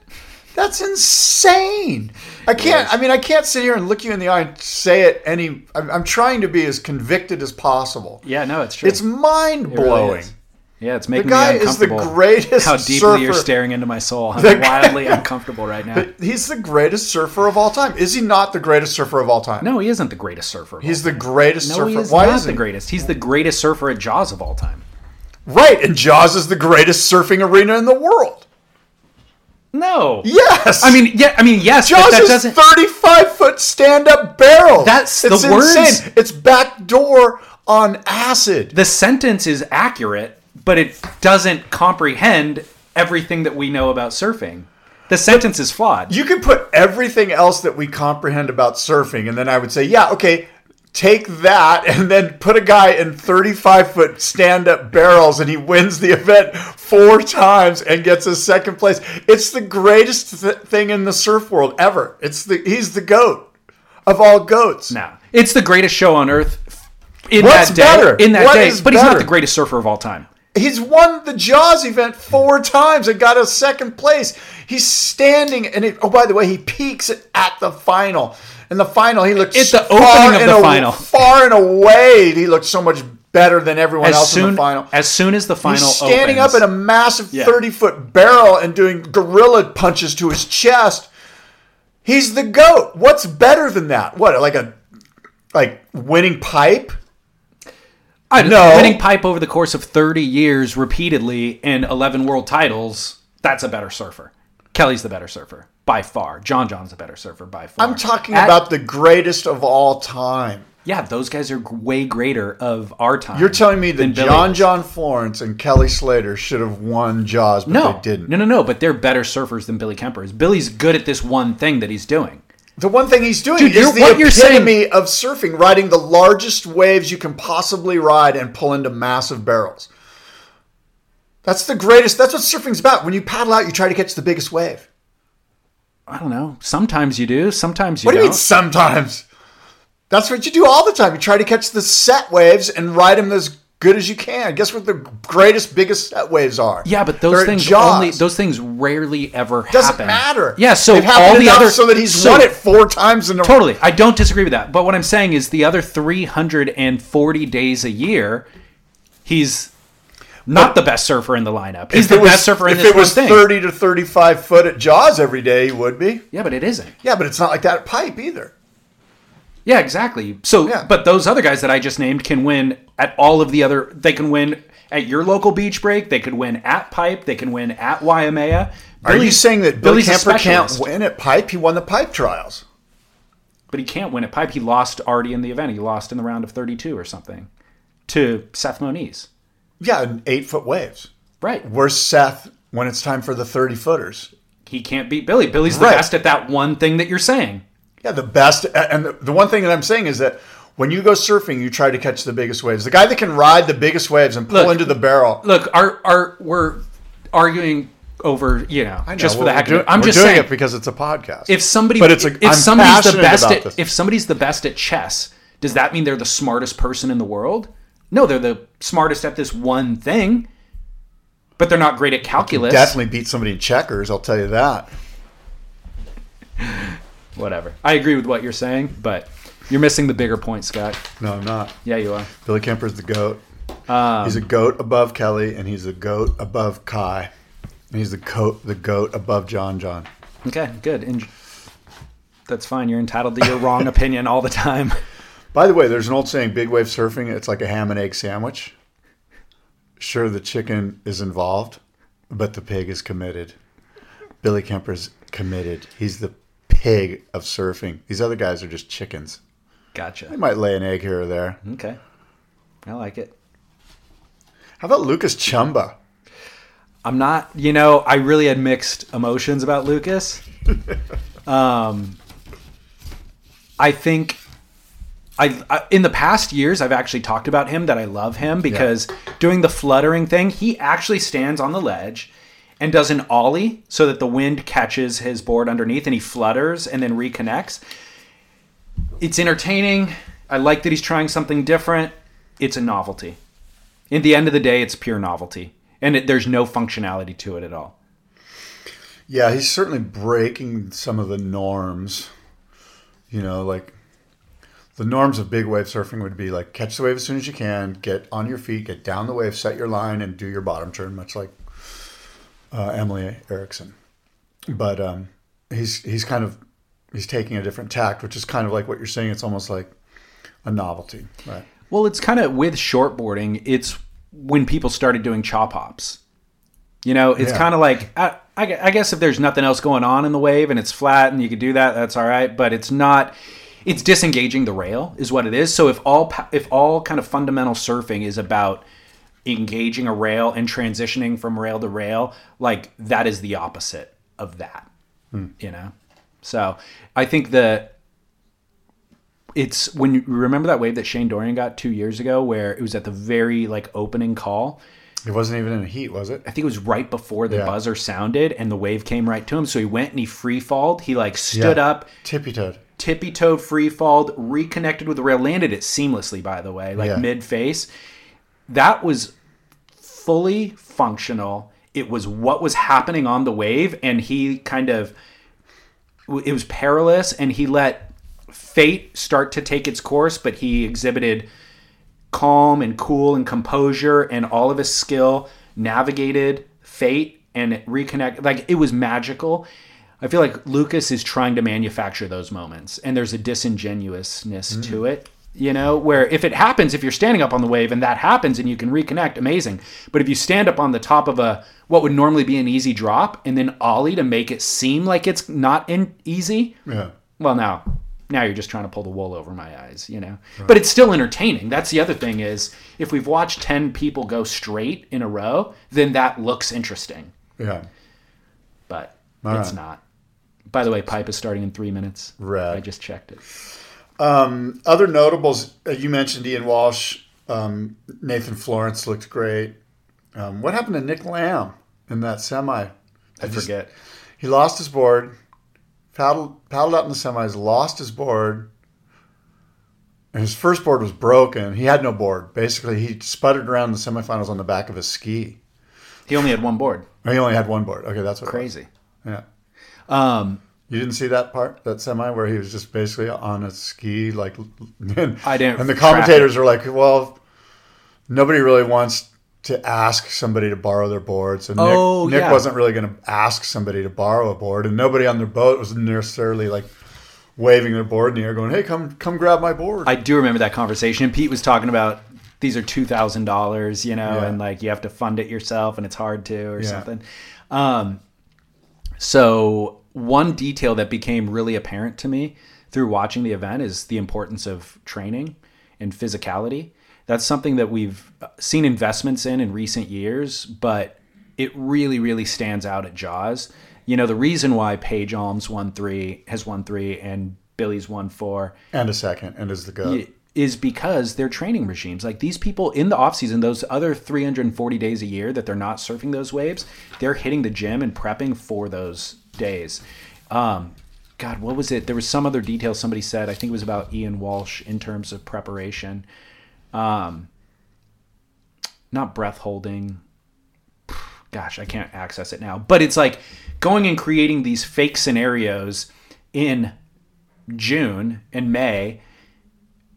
A: That's insane. I can't. I mean, I can't sit here and look you in the eye and say it. Any. I'm, I'm trying to be as convicted as possible.
B: Yeah, no, it's true.
A: It's mind
B: It really
A: blowing.
B: is. yeah, it's
A: the
B: making
A: guy
B: me
A: is the
B: uncomfortable.
A: greatest.
B: How deeply
A: surfer.
B: you're staring into my soul. I'm
A: The guy-
B: wildly uncomfortable right now.
A: He's the greatest surfer of all time. Is he not the greatest surfer of all time?
B: No, he isn't the greatest surfer. Of
A: He's
B: all
A: the greatest
B: time. no,
A: surfer.
B: he is
A: Why
B: not
A: is
B: the
A: he?
B: greatest. He's the greatest surfer at Jaws of all time.
A: Right, and Jaws is the greatest surfing arena in the world.
B: No.
A: Yes.
B: I mean, yeah. I mean, yes. but
A: Jaws
B: that
A: is
B: doesn't.
A: 35 foot stand up barrel.
B: That's the
A: it's
B: words.
A: insane. It's backdoor on acid.
B: the sentence is accurate, but it doesn't comprehend everything that we know about surfing. The sentence is flawed.
A: You could put everything else that we comprehend about surfing, and then I would say, yeah, okay, take that, and then put a guy in 35 foot stand up barrels, and he wins the event four times and gets a second place. It's the greatest th- thing in the surf world ever. It's the he's the goat of all goats.
B: No, it's the greatest show on earth. In
A: What's
B: that day,
A: better?
B: in that
A: What
B: day,
A: is
B: but he's
A: better?
B: not the greatest surfer of all time.
A: He's won the Jaws event four times and got a second place. He's standing, and it, oh, by the way, he peaks at the final. In the final, he looked
B: At the
A: far
B: opening of
A: and
B: the
A: a-
B: final.
A: far and away. He looked so much better than everyone
B: As
A: else
B: soon
A: in the final.
B: as soon as the final,
A: He's standing
B: opens,
A: up in a massive
B: Yeah.
A: thirty-foot barrel and doing gorilla punches to his chest. He's the goat. What's better than that? What like a like winning pipe?
B: I
A: No.
B: winning pipe over the course of 30 years repeatedly in 11 world titles. That's a better surfer. Kelly's the better surfer by far. John John's the better surfer by far.
A: I'm talking
B: At-
A: about the greatest of all time.
B: yeah, those guys are way greater of our time.
A: You're telling me that
B: than Billy
A: John
B: is.
A: John Florence and Kelly Slater should have won Jaws, but
B: No,
A: they didn't.
B: no, no, no. But they're better surfers than Billy Kemper is. Billy's good at this one thing that he's doing.
A: The one thing he's doing
B: Dude,
A: is
B: you're-
A: the
B: what
A: epitome
B: you're saying-
A: of surfing, riding the largest waves you can possibly ride and pull into massive barrels. That's the greatest. That's what surfing's about. When you paddle out, you try to catch the biggest wave.
B: I don't know. Sometimes you do. Sometimes you
A: What do
B: don't.
A: you mean sometimes? That's what you do all the time. You try to catch the set waves and ride them as good as you can. Guess what the greatest, biggest set waves are?
B: Yeah, but
A: They're
B: those
A: at
B: things
A: Jaws.
B: only those things rarely ever
A: doesn't
B: happen.
A: matter.
B: Yeah, so
A: They've happened
B: all the
A: enough
B: other
A: so that he's
B: so-
A: won it four times in a row.
B: Totally. I don't disagree with that. But what I'm saying is the other 340 days a year, he's not the best surfer in the lineup. He's
A: If
B: the
A: it was-
B: best surfer in
A: if
B: this
A: it
B: one
A: was
B: thing.
A: thirty to thirty-five foot at Jaws every day, he would be.
B: Yeah, but it isn't.
A: Yeah, but it's not like that at pipe either.
B: Yeah, exactly. So,
A: Yeah.
B: but those other guys that I just named can win at all of the other. They can win at your local beach break. They could win at Pipe. They can win at Waimea.
A: Are you
B: Billy's-
A: saying that Billy
B: Billy's a
A: Camper can't
B: specialist.
A: win at pipe? He won the pipe trials.
B: but he can't win at pipe. He lost already in the event. He lost in the round of 32 or something to Seth Moniz.
A: Yeah, and eight-foot waves.
B: Right.
A: Where's Seth when it's time for the thirty-footers?
B: He can't beat Billy. Billy's the
A: Right.
B: best at that one thing that you're saying.
A: Yeah, the best. And the, the one thing that I'm saying is that when you go surfing, you try to catch the biggest waves. The guy that can ride the biggest waves and pull
B: Look,
A: into the barrel.
B: Look, our our we're arguing over, you know,
A: I know,
B: just for
A: we're
B: the heck of
A: doing-
B: it. I'm
A: we're
B: just
A: doing
B: saying
A: it because it's a podcast.
B: if somebody
A: but it's a,
B: if
A: I'm
B: somebody's the
A: passionate
B: best
A: about
B: at
A: this.
B: if somebody's the best at chess, does that mean they're the smartest person in the world? No, they're the smartest at this one thing. but they're not great at calculus.
A: Definitely beat somebody in checkers, I'll tell you that.
B: Whatever. I agree with what you're saying, but you're missing the bigger point, Scott.
A: No, I'm not.
B: Yeah, you are.
A: Billy Kemper's the goat. he's a goat above Kelly, and he's a goat above Kai, and he's the goat the goat above John John.
B: Okay, good. En- That's fine. You're entitled to your wrong opinion all the time.
A: By the way, there's an old saying: big wave surfing. It's like a ham and egg sandwich. Sure, the chicken is involved, but the pig is committed. Billy Kemper's committed. He's the pig of surfing. These other guys are just chickens.
B: Gotcha.
A: They might lay an egg here or there.
B: Okay. I like it.
A: How about Lucas Chumba?
B: I'm not, you know, I really had mixed emotions about Lucas. um, I think I, I in the past years I've actually talked about him that I love him because doing the fluttering thing, he actually stands on the ledge and does an ollie so that the wind catches his board underneath and he flutters and then reconnects. It's entertaining. I like that he's trying something different. It's a novelty. In the end of the day, it's pure novelty, and it, there's no functionality to it at all.
A: Yeah, he's certainly breaking some of the norms. You know, like the norms of big wave surfing would be like catch the wave as soon as you can, get on your feet, get down the wave, set your line, and do your bottom turn, much like uh, Emily Erickson. But um, he's he's kind of he's taking a different tact, which is kind of like what you're saying. It's almost like a novelty, right?
B: Well, it's kind of with shortboarding. It's when people started doing chop hops. You know, it's
A: Yeah.
B: kind of like I, I gu- I guess if there's nothing else going on in the wave and it's flat and you could do that, that's all right. But it's not. It's disengaging the rail is what it is. So if all pa- if all kind of fundamental surfing is about engaging a rail and transitioning from rail to rail, like that is the opposite of that. You know, so I think the it's when you remember that wave that Shane Dorian got two years ago, where it was at the very like opening call.
A: It wasn't even in a heat, was it?
B: I think it was right before the
A: Yeah.
B: buzzer sounded, and the wave came right to him. So he went and he free falled. He like stood
A: Yeah.
B: up,
A: Tippy toed.
B: tippy toed, free falled, reconnected with the rail, landed it seamlessly. By the way, like
A: Yeah.
B: mid face, that was fully functional. It was what was happening on the wave, and he kind of it was perilous, and he let fate start to take its course, but he exhibited calm and cool and composure and all of his skill navigated fate and reconnect like it was magical i feel like lucas is trying to manufacture those moments and there's a disingenuousness to it you know where if it happens if you're standing up on the wave and that happens and you can reconnect amazing but if you stand up on the top of a what would normally be an easy drop and then ollie to make it seem like it's not in easy
A: Yeah.
B: well now now you're just trying to pull the wool over my eyes you know but it's still entertaining that's the other thing is if we've watched 10 people go straight in a row then that looks interesting
A: Yeah.
B: but
A: All
B: it's
A: right.
B: not by the way pipe is starting in three minutes
A: Rad.
B: i just checked it
A: other notables uh, you mentioned Ian Walsh, um, Nathan Florence looked great. Um, what happened to Nick Lamb in that semi?
B: i forget
A: He lost his board, paddled paddled out in the semis, lost his board, and his first board was broken. He had no board. Basically, he sputtered around the semifinals on the back of his ski.
B: he only had one board
A: Or He only had one board. Okay, that's what it was.
B: crazy
A: Yeah.
B: um
A: You didn't see that part, that semi where he was just basically on a ski, like. And,
B: I didn't
A: And the
B: track
A: commentators are like, "Well, nobody really wants to ask somebody to borrow their board, so Nick,
B: Oh,
A: Nick
B: yeah.
A: wasn't really going to ask somebody to borrow a board, and nobody on their boat was necessarily like waving their board in the air, going, "Hey, come, come grab my board."
B: I do remember that conversation. And Pete was talking about these are two thousand dollars, you know,
A: Yeah.
B: and like you have to fund it yourself, and it's hard to or
A: Yeah.
B: something. Um, so one detail that became really apparent to me through watching the event is the importance of training and physicality. That's something that we've uh, seen investments in in recent years, but it really, really stands out at Jaws. You know, the reason why Paige Alms won three has won three and Billy's won four
A: and a second, and is the go.
B: is because their training regimes like these people in the off season those other 340 days a year that they're not surfing those waves they're hitting the gym and prepping for those days um, god what was it there was some other detail somebody said i think it was about ian walsh in terms of preparation um, not breath holding gosh, I can't access it now. But it's like going and creating these fake scenarios in June and May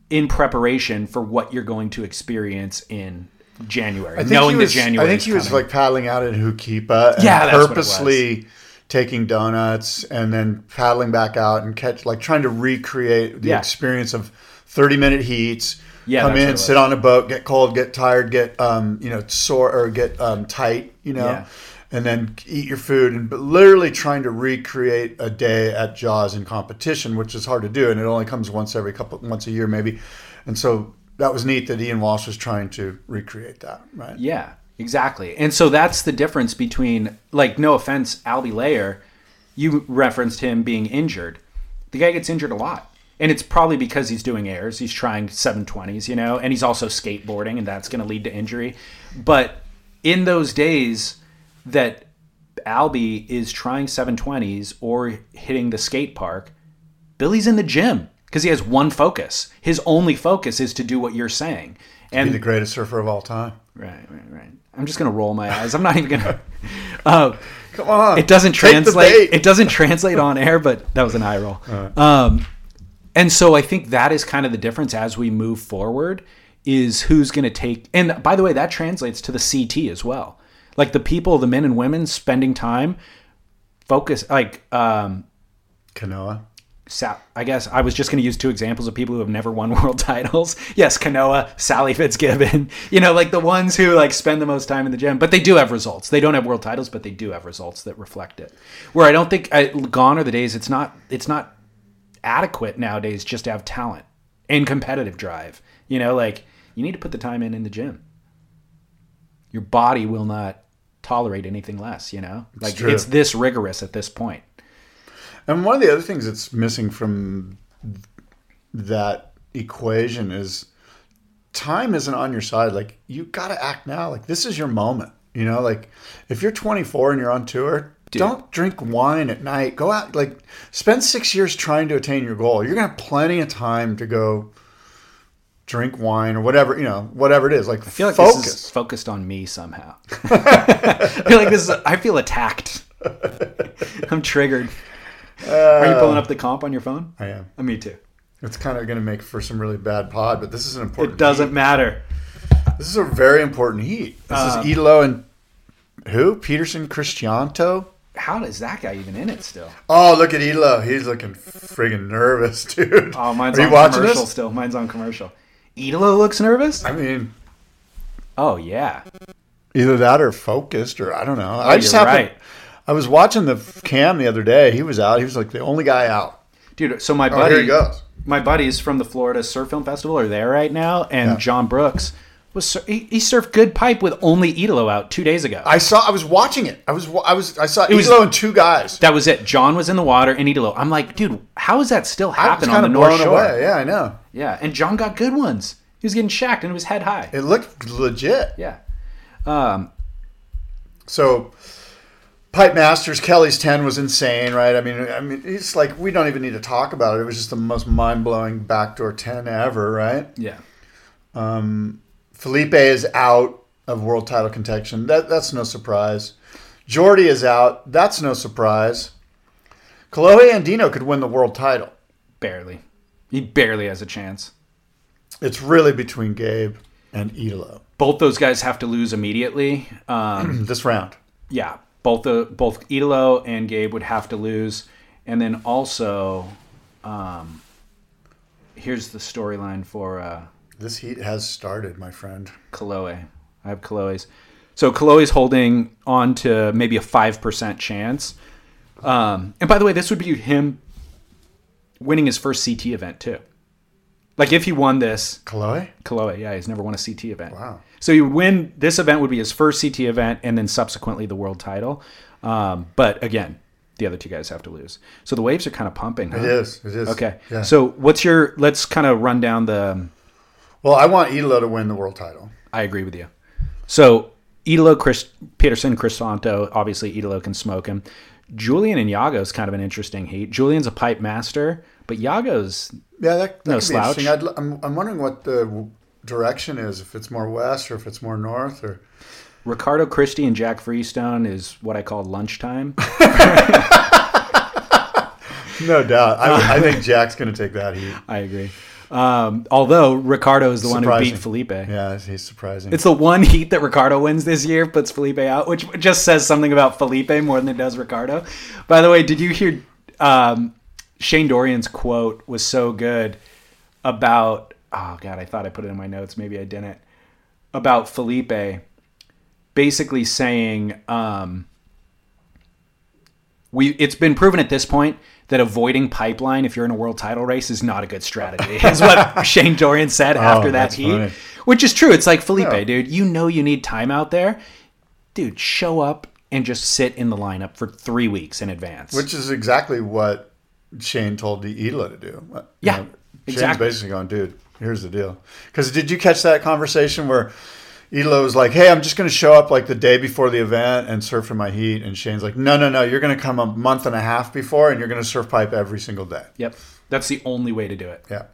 B: in preparation for what you're going to experience in January,
A: he
B: knowing
A: was,
B: that January.
A: I think
B: is
A: he was
B: coming.
A: like paddling out in Hookeepa and
B: Yeah, that's what it
A: purposely taking donuts and then paddling back out and catch like trying to recreate the
B: Yeah.
A: experience of 30 minute heats.
B: Yeah,
A: come
B: that's what
A: in,
B: it
A: sit
B: was.
A: on a boat, get cold, get tired, get um, you know, sore or get um, tight, you know.
B: Yeah.
A: And then eat your food, and but literally trying to recreate a day at Jaws in competition, which is hard to do, and it only comes once every couple, once a year maybe, and so that was neat that Ian Walsh was trying to recreate that, right?
B: Yeah, exactly. And so that's the difference between, like, no offense, Albie Layer, you referenced him being injured. The guy gets injured a lot. And it's probably because he's doing airs. He's trying 720s, you know, and he's also skateboarding, and that's going to lead to injury. But in those days that Albie is trying 720s or hitting the skate park, Billy's in the gym because he has one focus. His only focus is to do what you're saying. And
A: be the greatest surfer of all time.
B: Right, right, right. I'm just gonna roll my eyes. I'm not even gonna. Uh,
A: Come on.
B: it doesn't
A: Take the
B: translate.
A: bait.
B: It doesn't translate on air, but that was an eye roll. Um, and so I think that is kind of the difference as we move forward is who's going to take. And by the way, that translates to the CT as well. Like the people, the men and women spending time focus. Like um,
A: Canoa.
B: Sa- I guess I was just going to use two examples of people who have never won world titles. Yes, Kanoa, Sally Fitzgibbon, you know, like the ones who like spend the most time in the gym, but they do have results. They don't have world titles, but they do have results that reflect it. Where I don't think I, gone are the days. It's not. It's not adequate nowadays just to have talent and competitive drive. You know, like you need to put the time in in the gym. Your body will not tolerate anything less. You know, like
A: true.
B: it's this rigorous at this point.
A: And one of the other things that's missing from that equation is time isn't on your side. Like you got to act now. Like this is your moment. You know, like if you're 24 and you're on tour, don't drink wine at night. Go out. Like spend six years trying to attain your goal. You're gonna have plenty of time to go drink wine or whatever. You know, whatever it is. Like
B: I feel like
A: focus.
B: this is focused on me somehow. I feel like this is. I feel attacked. I'm triggered. Are you pulling up the comp on your phone?
A: I am.
B: Uh, me too.
A: It's kind of going to make for some really bad pod, but this is an important.
B: It doesn't matter.
A: This is a very important heat. This
B: Um,
A: is Elo and who? Peterson Cristianto?
B: How is that guy even in it still?
A: Oh, look at Elo. He's looking friggin' nervous, dude.
B: Oh, mine's
A: Are you
B: on
A: watching
B: commercial
A: this?
B: still. Mine's on commercial. Idolo looks nervous.
A: I mean,
B: Oh yeah,
A: either that or focused, or I don't know. I just
B: Oh, you're
A: happened.
B: right.
A: I was watching the cam the other day. He was out. He was like the only guy out.
B: dude. So my
A: Oh,
B: buddy,
A: here he goes.
B: my buddies from the Florida Surf Film Festival are there right now, and John Brooks was sur- he, he surfed good pipe with only Idolo out two days ago.
A: I saw. I was watching it. I was. wa- I was. I saw Elo
B: was-
A: and two guys.
B: That was it. John was in the water and Idolo. I'm like, dude, how is that
A: I
B: still
A: was
B: happening on
A: kind
B: the
A: of
B: North
A: blown
B: Shore?
A: away. Yeah, I know.
B: Yeah, and John got good ones. He was getting shacked and it was head high.
A: It looked legit.
B: yeah.
A: So Pipe Masters, Kelly's ten was insane, right? I mean, I mean, it's like we don't even need to talk about it. It was just the most mind blowing backdoor ten ever, right?
B: Yeah.
A: Felipe is out of world title contention. That that's no surprise. Jordy is out. That's no surprise. Kolohe Andino could win the world title.
B: Barely. He barely has a chance.
A: It's really between Gabe and Elo
B: Both those guys have to lose immediately. Um,
A: this round.
B: yeah. Both the both Idolo and Gabe would have to lose. And then also, um, here's the storyline for uh
A: This heat has started, my friend.
B: Kaloe. I have Kaloe's. So Kaloe's holding on to maybe a five percent chance. Um, and by the way, this would be him winning his first CT event too. Like if he won this,
A: Kolohe?
B: Kaloe, yeah, he's never won a CT event.
A: Wow.
B: So he would win this event would be his first CT event, and then subsequently the world title. Um, but again, the other two guys have to lose. So the waves are kind of pumping. Huh?
A: It is. It is.
B: Okay.
A: Yeah.
B: So what's your? Let's kind of run down the. um,
A: well, I want Elo to win the world title.
B: I agree with you. So Idolo Chris, Peterson Crisanto, obviously Idolo can smoke him. Julian and Yago's kind of an interesting heat. Julian's a pipe master, but Yago's
A: Yeah, that, that
B: No
A: could
B: slouch.
A: be interesting. I'd, l- I'm, I'm wondering what the w- direction is, if it's more west or if it's more north. Or
B: Ricardo Christie and Jack Freestone is what I call lunchtime.
A: No doubt. I, I think Jack's going to take that heat.
B: I agree. Um, although Ricardo is the one who
A: Surprising.
B: beat Felipe.
A: Yeah, he's surprising.
B: It's the one heat that Ricardo wins this year, puts Felipe out, which just says something about Felipe more than it does Ricardo. By the way, did you hear um, Shane Dorian's quote was so good about, oh God, I thought I put it in my notes. Maybe I didn't. About Felipe basically saying, um, we it's been proven at this point that avoiding pipeline if you're in a world title race is not a good strategy is what Shane Dorian said after that
A: Oh, that's
B: heat
A: funny.
B: which is true it's like Felipe
A: Yeah.
B: dude you know you need time out there dude show up and just sit in the lineup for 3 weeks in advance
A: Which is exactly what Shane told the Edla to do. You
B: Yeah,
A: know, Shane's
B: exactly.
A: basically going, dude, here's the deal. Because did you catch that conversation where Edla was like, hey, I'm just going to show up like the day before the event and surf in my heat? And Shane's like, no, no, no, you're going to come a month and a half before and you're going to surf pipe every single day.
B: yep that's the only way to do it
A: Yeah.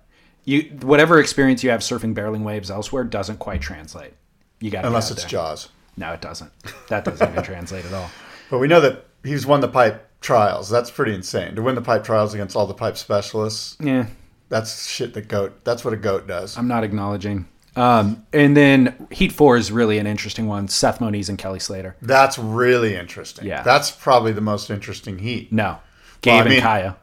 B: you whatever experience you have surfing barreling waves elsewhere doesn't quite translate you got
A: Unless it's Jaws.
B: no it doesn't that doesn't even translate at all
A: But we know that he's won the pipe trials. That's pretty insane. To win the pipe trials against all the pipe specialists,
B: yeah
A: that's shit that goat, that's what a goat does.
B: I'm not acknowledging. Um, and then Heat Four is really an interesting one. Seth Moniz and Kelly Slater.
A: That's really interesting.
B: Yeah.
A: That's probably the most interesting heat.
B: No,
A: Well, I
B: Gabe
A: mean-
B: and Kaya.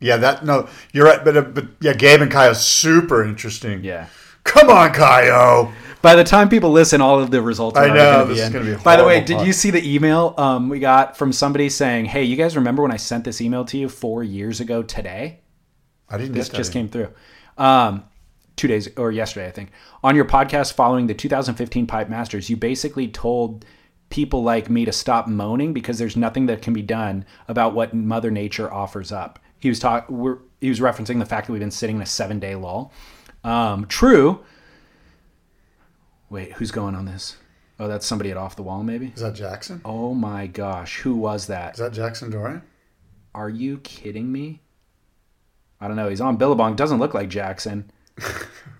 A: Yeah, that no, you're right, but uh, but yeah, Gabe and Kyle super interesting.
B: Yeah.
A: come on, Kyle.
B: By the time people listen, all of the results. Are
A: I
B: already
A: know,
B: gonna be
A: this is
B: in.
A: gonna be a
B: By the way,
A: horrible
B: did
A: pod.
B: you see the email um, we got from somebody saying, "Hey, you guys remember when I sent this email to you four years ago today?"
A: I didn't
B: This
A: get that
B: just
A: in.
B: came through. Um, two days or yesterday, I think. On your podcast following the 2015 Pipe Masters, you basically told people like me to stop moaning because there's nothing that can be done about what Mother Nature offers up. He was talk. We're, he was referencing the fact that we've been sitting in a seven day lull. Um, true. Wait, who's going on this? Oh, that's somebody at Off the Wall, maybe.
A: Is that Jackson?
B: Oh my gosh, who was that?
A: Is that Jackson Dorian?
B: Are you kidding me? I don't know. He's on Billabong. Doesn't look like Jackson.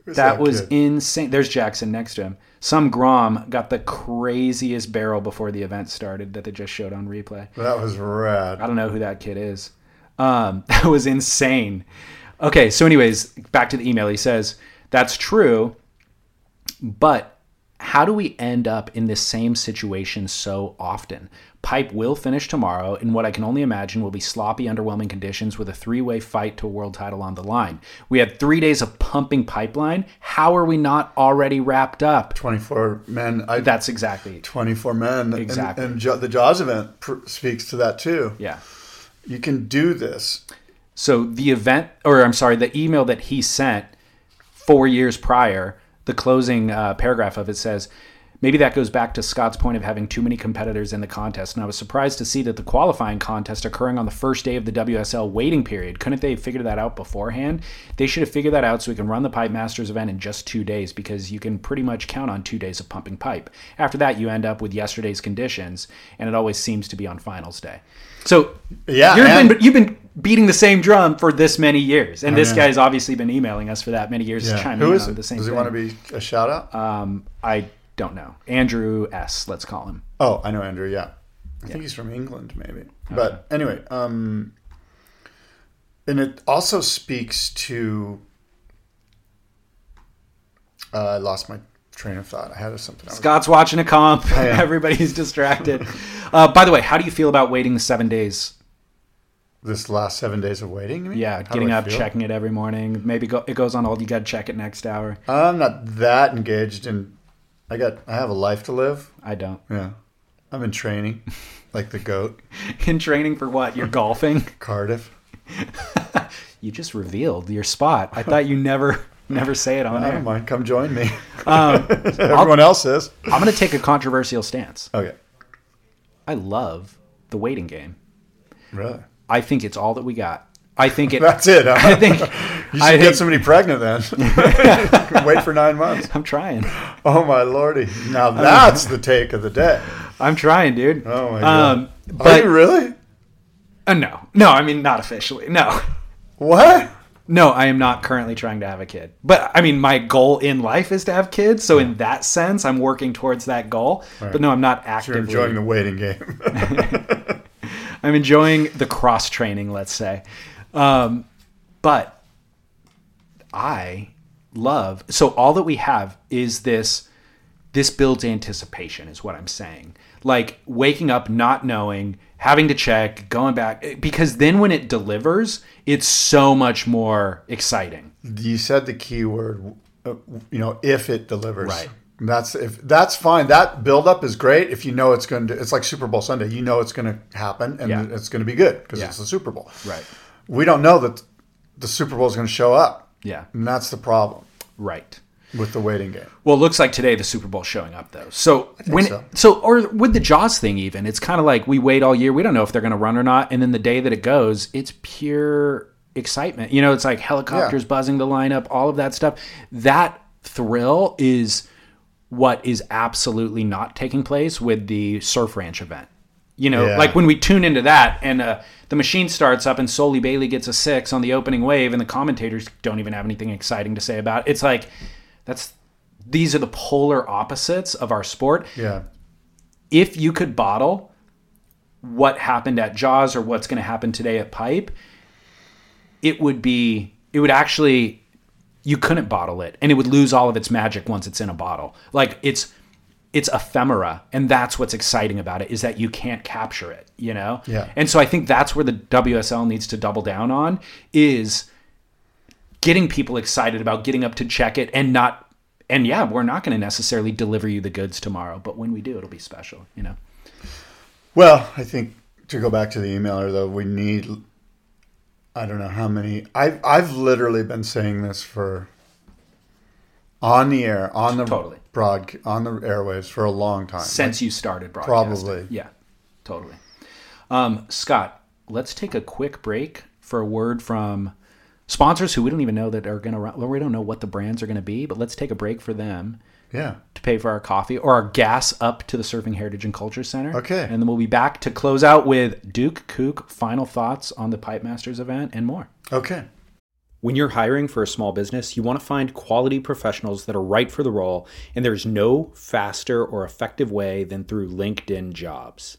A: Who's
B: That was
A: kid?
B: insane. There's Jackson next to him. Some Grom got the craziest barrel before the event started that they just showed on replay.
A: that was rad.
B: I don't know who that kid is. Um, that was insane. Okay, so anyways, back to the email. He says that's true, but how do we end up in this same situation so often? Pipe will finish tomorrow in what I can only imagine will be sloppy, underwhelming conditions with a three way fight to a world title on the line. We had three days of pumping pipeline. How are we not already wrapped up?
A: Twenty four men. I,
B: That's exactly it.
A: twenty four men. And-
B: Exactly.
A: And, Jo- the Jaws event pr- speaks to that too.
B: Yeah.
A: You can do this.
B: So the event, or I'm sorry, the email that he sent four years prior, the closing uh, paragraph of it says, maybe that goes back to Scott's point of having too many competitors in the contest. And I was surprised to see that the qualifying contest occurring on the first day of the WSL waiting period. Couldn't they have figured that out beforehand? They should have figured that out so we can run the Pipe Masters event in just two days because you can pretty much count on two days of pumping pipe. After that, you end up with yesterday's conditions, and it always seems to be on finals day. So
A: Yeah,
B: you've
A: and-
B: been you've been beating the same drum for this many years, and this
A: know.
B: guy's obviously been emailing us for that many years.
A: Yeah.
B: Chiming
A: Who
B: in
A: is
B: on
A: it?
B: the
A: Does
B: same
A: he
B: thing. Uh,
A: want to be a shout out?
B: I don't know. Andrew S. Let's call him.
A: oh, I know Andrew. Yeah, I think he's from England, maybe. But anyway, um, and it also speaks to. Uh, I lost my train of thought. I had something. I was
B: Scott's watching a comp.
A: Oh, yeah.
B: Everybody's distracted. uh, by the way, how do you feel about waiting the seven days?
A: this last seven days of waiting. you mean?
B: Yeah,
A: How do
B: getting
A: I
B: up,
A: feel?
B: checking it every morning. Maybe go, it goes on all. You got to check it next hour.
A: I'm not that engaged, and I got I have a life to live.
B: I don't.
A: Yeah, I'm in training, like the goat
B: In training for what? You're golfing.
A: Cardiff.
B: You just revealed your spot. I thought you never never say it on
A: I don't
B: air.
A: mind. Come join me. Everyone else is
B: I'm going to take a controversial stance.
A: okay.
B: I love the waiting game.
A: Really,
B: I think it's all that we got. I think it.
A: that's it. Huh?
B: I think
A: you should
B: I
A: get
B: think-
A: somebody pregnant then. Wait for nine months.
B: I'm trying.
A: Oh my lordy! Now that's the take of the day.
B: I'm trying, dude.
A: Oh my god!
B: Um,
A: Are you
B: but
A: really?
B: uh, no, no. I mean, not officially. No,
A: What?
B: No, I am not currently trying to have a kid. But I mean, my goal in life is to have kids. So in that sense, I'm working towards that goal. But no, I'm not
A: You're
B: actively.
A: enjoying the waiting game.
B: I'm enjoying the cross training, let's say. Um, but I love so all that we have is this this builds anticipation is what I'm saying. Like waking up not knowing, having to check, going back because then when it delivers, it's so much more exciting.
A: you said the key word, uh, you know, if it delivers.
B: Right.
A: That's if that's fine. That buildup is great if you know it's going to. It's like Super Bowl Sunday. You know it's going to happen and
B: Yeah.
A: it's going to be good because
B: Yeah.
A: it's the Super Bowl.
B: Right.
A: We don't know that the Super Bowl is going to show up.
B: Yeah.
A: And that's the problem
B: Right.
A: with the waiting game.
B: Well, it looks like today the Super Bowl showing up though. So when
A: so.
B: so. or with the Jaws thing even, it's kind of like we wait all year. We don't know if they're going to run or not, and then the day that it goes, it's pure excitement. You know, it's like helicopters
A: Yeah.
B: buzzing the lineup, all of that stuff. That thrill is what is absolutely not taking place with the Surf Ranch event. You know,
A: Yeah.
B: like when we tune into that and uh, the machine starts up and Soli Bailey gets a six on the opening wave and the commentators don't even have anything exciting to say about it. It's like, that's these are the polar opposites of our sport.
A: Yeah.
B: If you could bottle what happened at Jaws or what's going to happen today at Pipe, it would be, it would actually, you couldn't bottle it and it would lose all of its magic once it's in a bottle. Like it's, it's ephemera and that's what's exciting about it is that you can't capture it you know
A: Yeah.
B: and so i think that's where the wsl needs to double down on is getting people excited about getting up to check it and not and yeah we're not going to necessarily deliver you the goods tomorrow but when we do it'll be special you know
A: Well, I think to go back to the emailer though, we need I don't know how many I've I've literally been saying this for on the air, on the
B: Totally.
A: broad on the airwaves for a long time.
B: since you started broadcasting
A: Probably.
B: yeah totally um, scott let's take a quick break for a word from sponsors who we don't even know that are going to well we don't know what the brands are going to be but let's take a break for them
A: yeah.
B: to pay for our coffee or our gas up to the Surfing Heritage and Culture Center.
A: Okay.
B: And then we'll be back to close out with Duke Kook final thoughts on the Pipe Masters event and more.
A: Okay.
B: When you're hiring for a small business, you want to find quality professionals that are right for the role, and there's no faster or effective way than through LinkedIn jobs.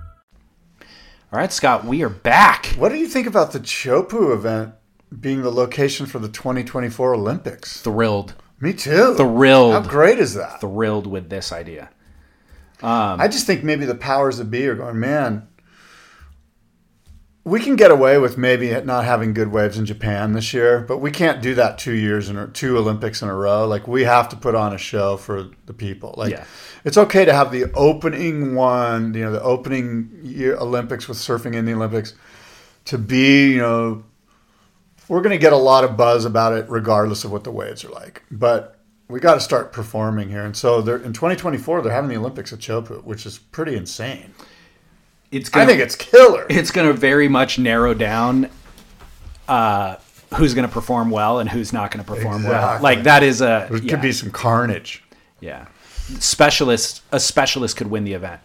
B: all right scott we are back
A: What do you think about the Chopu event being the location for the 2024 Olympics?
B: thrilled
A: Me too.
B: Thrilled.
A: How great is that?
B: thrilled with this idea
A: I just think maybe the powers that be are going, man, we can get away with maybe not having good waves in Japan this year, but we can't do that two years in a, two Olympics in a row. Like we have to put on a show for the people. Like
B: Yeah.
A: it's okay to have the opening one, you know, the opening year Olympics with surfing in the Olympics, to be, you know, we're going to get a lot of buzz about it regardless of what the waves are like. But we got to start performing here. And so they're in 2024, they're having the Olympics at Chopu, which is pretty insane.
B: It's
A: I think it's killer.
B: it's going to very much narrow down uh, who's going to perform well and who's not going to perform well.
A: Exactly.
B: Like that is a
A: There
B: yeah,
A: could be some carnage.
B: yeah. Specialist a specialist could win the event.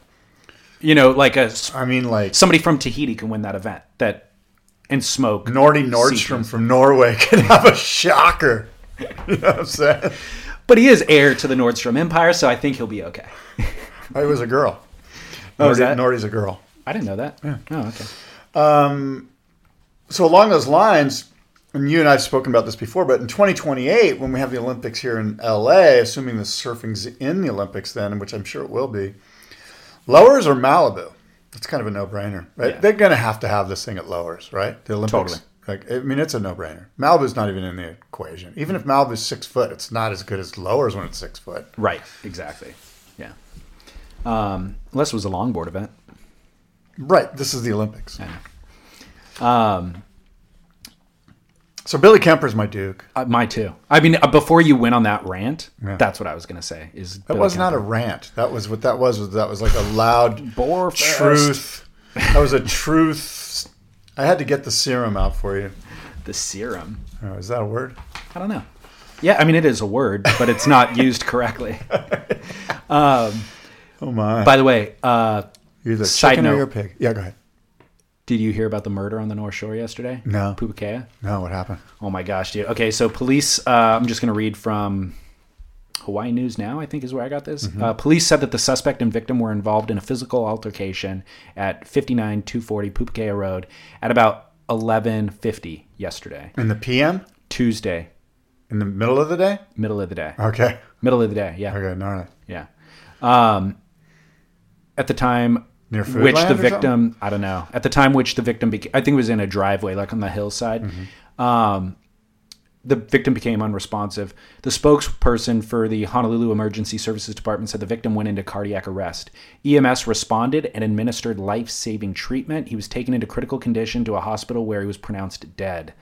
B: You know, like a s-
A: I mean, like
B: somebody from Tahiti can win that event that and smoke.
A: Nordy Nordstrom from Norway could have a shocker. You know what I'm saying?
B: But he is heir to the Nordstrom Empire, so I think he'll be okay.
A: I was a girl.
B: Oh, is
A: Nordy-
B: that-
A: Nordy's a girl.
B: I didn't know that. Oh, okay.
A: so along those lines, and you and I have spoken about this before, but in 2028, when we have the Olympics here in LA, assuming the surfing's in the Olympics then, which I'm sure it will be, Lowers or Malibu? That's kind of a no-brainer. Right? They're going to have to have this thing at Lowers, right? The Olympics.
B: Totally.
A: Like, I mean, it's a no-brainer. Malibu's not even in the equation. Even if Malibu's six foot, it's not as good as Lowers when it's six foot.
B: Right. Exactly. Yeah. Um, unless it was a longboard event.
A: Right. This is the Olympics. so Billy Kemper's my Duke.
B: Uh, my too. I mean, uh, before you went on that rant,
A: Yeah.
B: that's what I was going to say. Is
A: That was not a rant. That was what that was. was That was like a loud
B: Bore fest.
A: truth. That was a truth. I had to get the serum out for you.
B: the serum.
A: Oh, is that a word?
B: I don't know. Yeah, I mean, it is a word, but it's not used correctly.
A: Oh my!
B: By the way, uh,
A: You're the
B: side
A: chicken
B: note.
A: or your pig? Yeah, go ahead.
B: did you hear about the murder on the North Shore yesterday?
A: No.
B: Pubakea?
A: No, what happened?
B: Oh my gosh, dude. Okay, so police, uh, I'm just going to read from Hawaii News Now, I think is where I got this. Uh, police said that the suspect and victim were involved in a physical altercation at 59240 Pupakea Road at about 1150 yesterday,
A: In the PM?
B: Tuesday,
A: In the middle of the day?
B: middle of the day.
A: Okay.
B: Middle of the day, yeah.
A: Okay. No, no.
B: Yeah. Um, at the time
A: Near food
B: which
A: land
B: the
A: or something?
B: victim, I don't know, at the time which the victim, beca- I think it was in a driveway, like on the hillside.
A: Mm-hmm.
B: Um, the victim became unresponsive. The spokesperson for the Honolulu Emergency Services Department said the victim went into cardiac arrest. EMS responded and administered life saving treatment. He was taken into critical condition to a hospital where he was pronounced dead.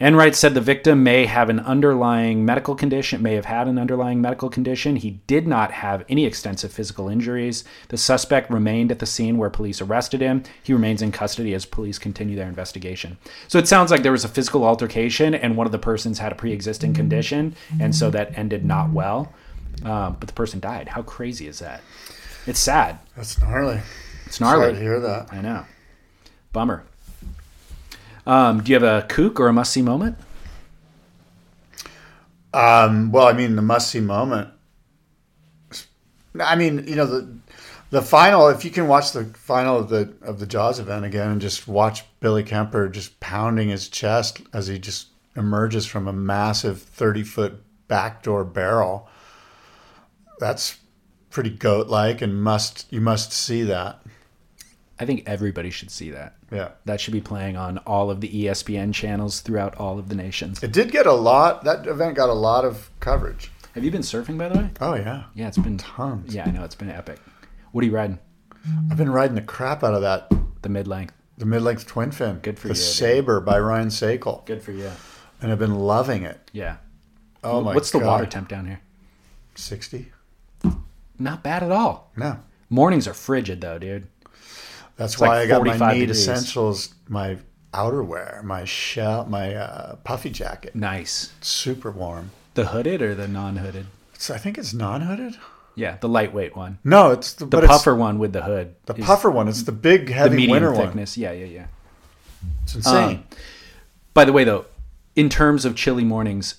B: Enright said the victim may have an underlying medical condition, may have had an underlying medical condition. He did not have any extensive physical injuries. The suspect remained at the scene where police arrested him. He remains in custody as police continue their investigation. So it sounds like there was a physical altercation and one of the persons had a pre existing condition, and so that ended not well. Um, but the person died. How crazy is that? It's sad.
A: That's gnarly.
B: It's
A: Sorry to
B: gnarly.
A: hear that.
B: I know. Bummer. Um, do you have a kook or a must see moment?
A: Well, I mean, the must see moment. I mean, you know the the final. If you can watch the final of the of the Jaws event again and just watch Billy Kemper just pounding his chest as he just emerges from a massive thirty foot backdoor barrel, that's pretty goat like and must you must see that.
B: I think everybody should see that.
A: Yeah.
B: That should be playing on all of the E ESPN channels throughout all of the nations.
A: It did get a lot. That event got a lot of coverage.
B: Have you been surfing, by the way?
A: Oh yeah,
B: Yeah, it's been
A: Tons.
B: Yeah, I know it's been epic. What are you riding?
A: I've been riding the crap out of that
B: The mid length.
A: the mid length twin fin.
B: Good for
A: the
B: you, dude.
A: Saber by Ryan Sakel.
B: Good for you.
A: and I've been loving it.
B: Yeah.
A: Oh my!
B: What's the
A: God.
B: water temp down here?
A: Sixty?
B: Not bad at all.
A: No,
B: Mornings are frigid though, dude.
A: that's
B: like
A: why I got my
B: 45
A: need
B: degrees.
A: essentials, my outerwear, my shell, my uh, puffy jacket.
B: Nice.
A: It's super warm.
B: The hooded or the non hooded?
A: It's, I think it's non-hooded.
B: Yeah, the lightweight one.
A: No, it's the,
B: The
A: but it's
B: puffer one with the hood.
A: The
B: is
A: puffer one. It's the big,
B: the
A: heavy
B: medium
A: winter one.
B: thickness. Yeah, yeah, yeah.
A: It's insane.
B: Um, By the way though, in terms of chilly mornings,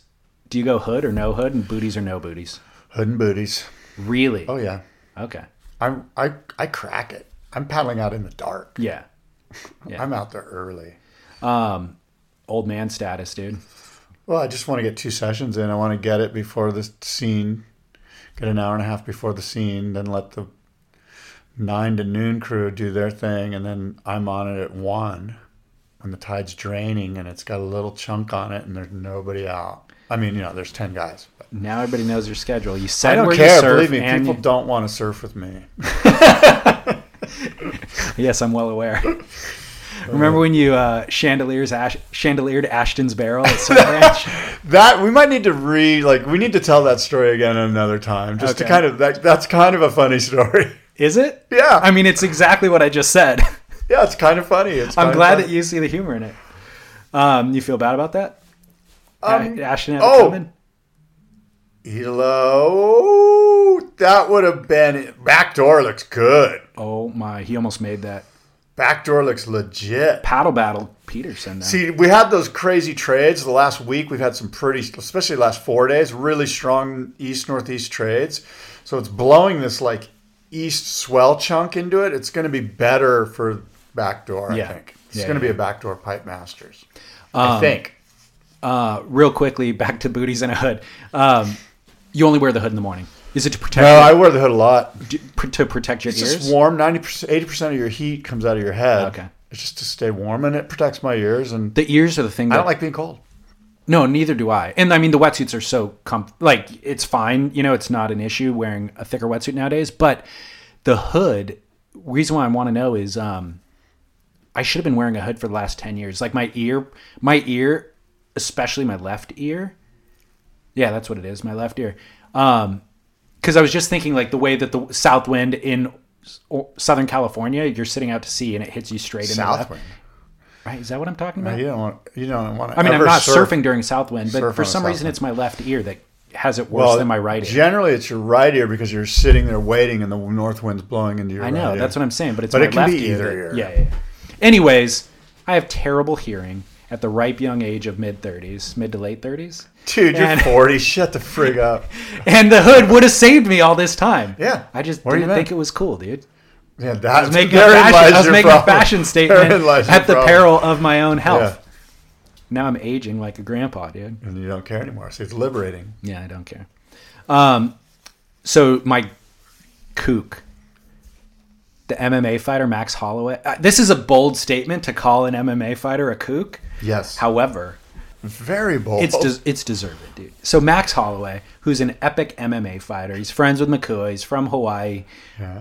B: do you go hood or no hood and booties or no booties?
A: Hood and booties.
B: Really?
A: Oh yeah,
B: Okay.
A: I'm I I crack it. I'm paddling out in the dark.
B: Yeah.
A: I'm out there early.
B: Old man status, dude.
A: Well, I just want to get two sessions in. I want to get it before the scene, get an hour and a half before the scene, then let the nine to noon crew do their thing, and then I'm on it at one when the tide's draining and it's got a little chunk on it and there's nobody out. I mean, you know, there's ten guys. But
B: Now everybody knows your schedule. You said
A: I don't
B: where
A: care.
B: you surf.
A: Believe me,
B: and
A: people don't want to surf with me. Uh.
B: Yes, I'm well aware. Remember when you uh, chandeliers Ash- chandeliered Ashton's barrel at Sun Ranch?
A: That we might need to re like we need to tell that story again another time just to
B: Okay.
A: kind of that, that's kind of a funny story.
B: Is it?
A: Yeah.
B: I mean, it's exactly what I just said.
A: yeah, it's kind of funny. It's kind
B: I'm
A: of
B: glad
A: funny.
B: that you see the humor in it. Um, you feel bad about that? Um, Ashton had
A: oh.
B: it coming.
A: Hello. That would have been back door looks good.
B: Oh my! He almost made that
A: Back door looks legit.
B: paddle battle. Peterson. Though.
A: See, we had those crazy trades the last week. We've had some pretty, especially the last four days, really strong east northeast trades. So it's blowing this like east swell chunk into it. It's going to be better for backdoor.
B: Yeah.
A: I think it's
B: Yeah,
A: going to
B: yeah. Um,
A: be a backdoor pipe masters. I think.
B: real quickly back to booties and a hood. Um, you only wear the hood in the morning. Is it to protect?
A: No,
B: your,
A: I wear the hood a lot.
B: do- pr- to protect your
A: It's
B: ears.
A: just warm. Ninety percent, eighty percent of your heat comes out of your head.
B: Okay.
A: It's just to stay warm, and it protects my ears. And
B: the ears are the thing. That,
A: I don't like being cold.
B: No, neither do I. And I mean, the wetsuits are so comf- like it's fine. You know, it's not an issue wearing a thicker wetsuit nowadays. But the hood reason why I want to know is um, I should have been wearing a hood for the last ten years. Like my ear, my ear, especially my left ear. Yeah, that's what it is. My left ear. Um, because I was just thinking like the way that the south wind in s- or- Southern California, you're sitting out to sea and it hits you straight in the left.
A: Southwind.
B: Right? Is that what I'm talking about?
A: You don't want. You don't want to.
B: I mean, I'm not surfing during south wind,
A: surf on
B: but for
A: a
B: some
A: south
B: reason,
A: wind.
B: it's my left ear that has it worse than my right ear.
A: Generally, it's your right ear because you're sitting there waiting, and the north wind's blowing into your.
B: I know that's what I'm saying, but it's
A: But
B: my
A: it can
B: left
A: be
B: ear
A: either
B: that-
A: ear.
B: Yeah, yeah, yeah. Anyways, I have terrible hearing at the ripe young age of mid 30s, mid to late 30s,
A: Dude, you're
B: And-
A: 40. Shut the frig up.
B: and the hood would have saved me all this time.
A: Yeah.
B: I just
A: Where you
B: didn't
A: been?
B: think it was cool, dude.
A: Yeah, that's
B: I was making, a fashion, I was making a fashion statement at the peril of my own health. Now I'm aging like a grandpa, dude.
A: And you don't care anymore. See, it's liberating.
B: Yeah, I don't care. Um, so my kook, the MMA fighter Max Holloway. Uh, this is a bold statement to call an MMA fighter a kook.
A: Yes.
B: However,
A: Very bold.
B: it's des- it's deserved, dude. So Max Holloway, who's an epic MMA fighter, he's friends with McCoy. He's from Hawaii.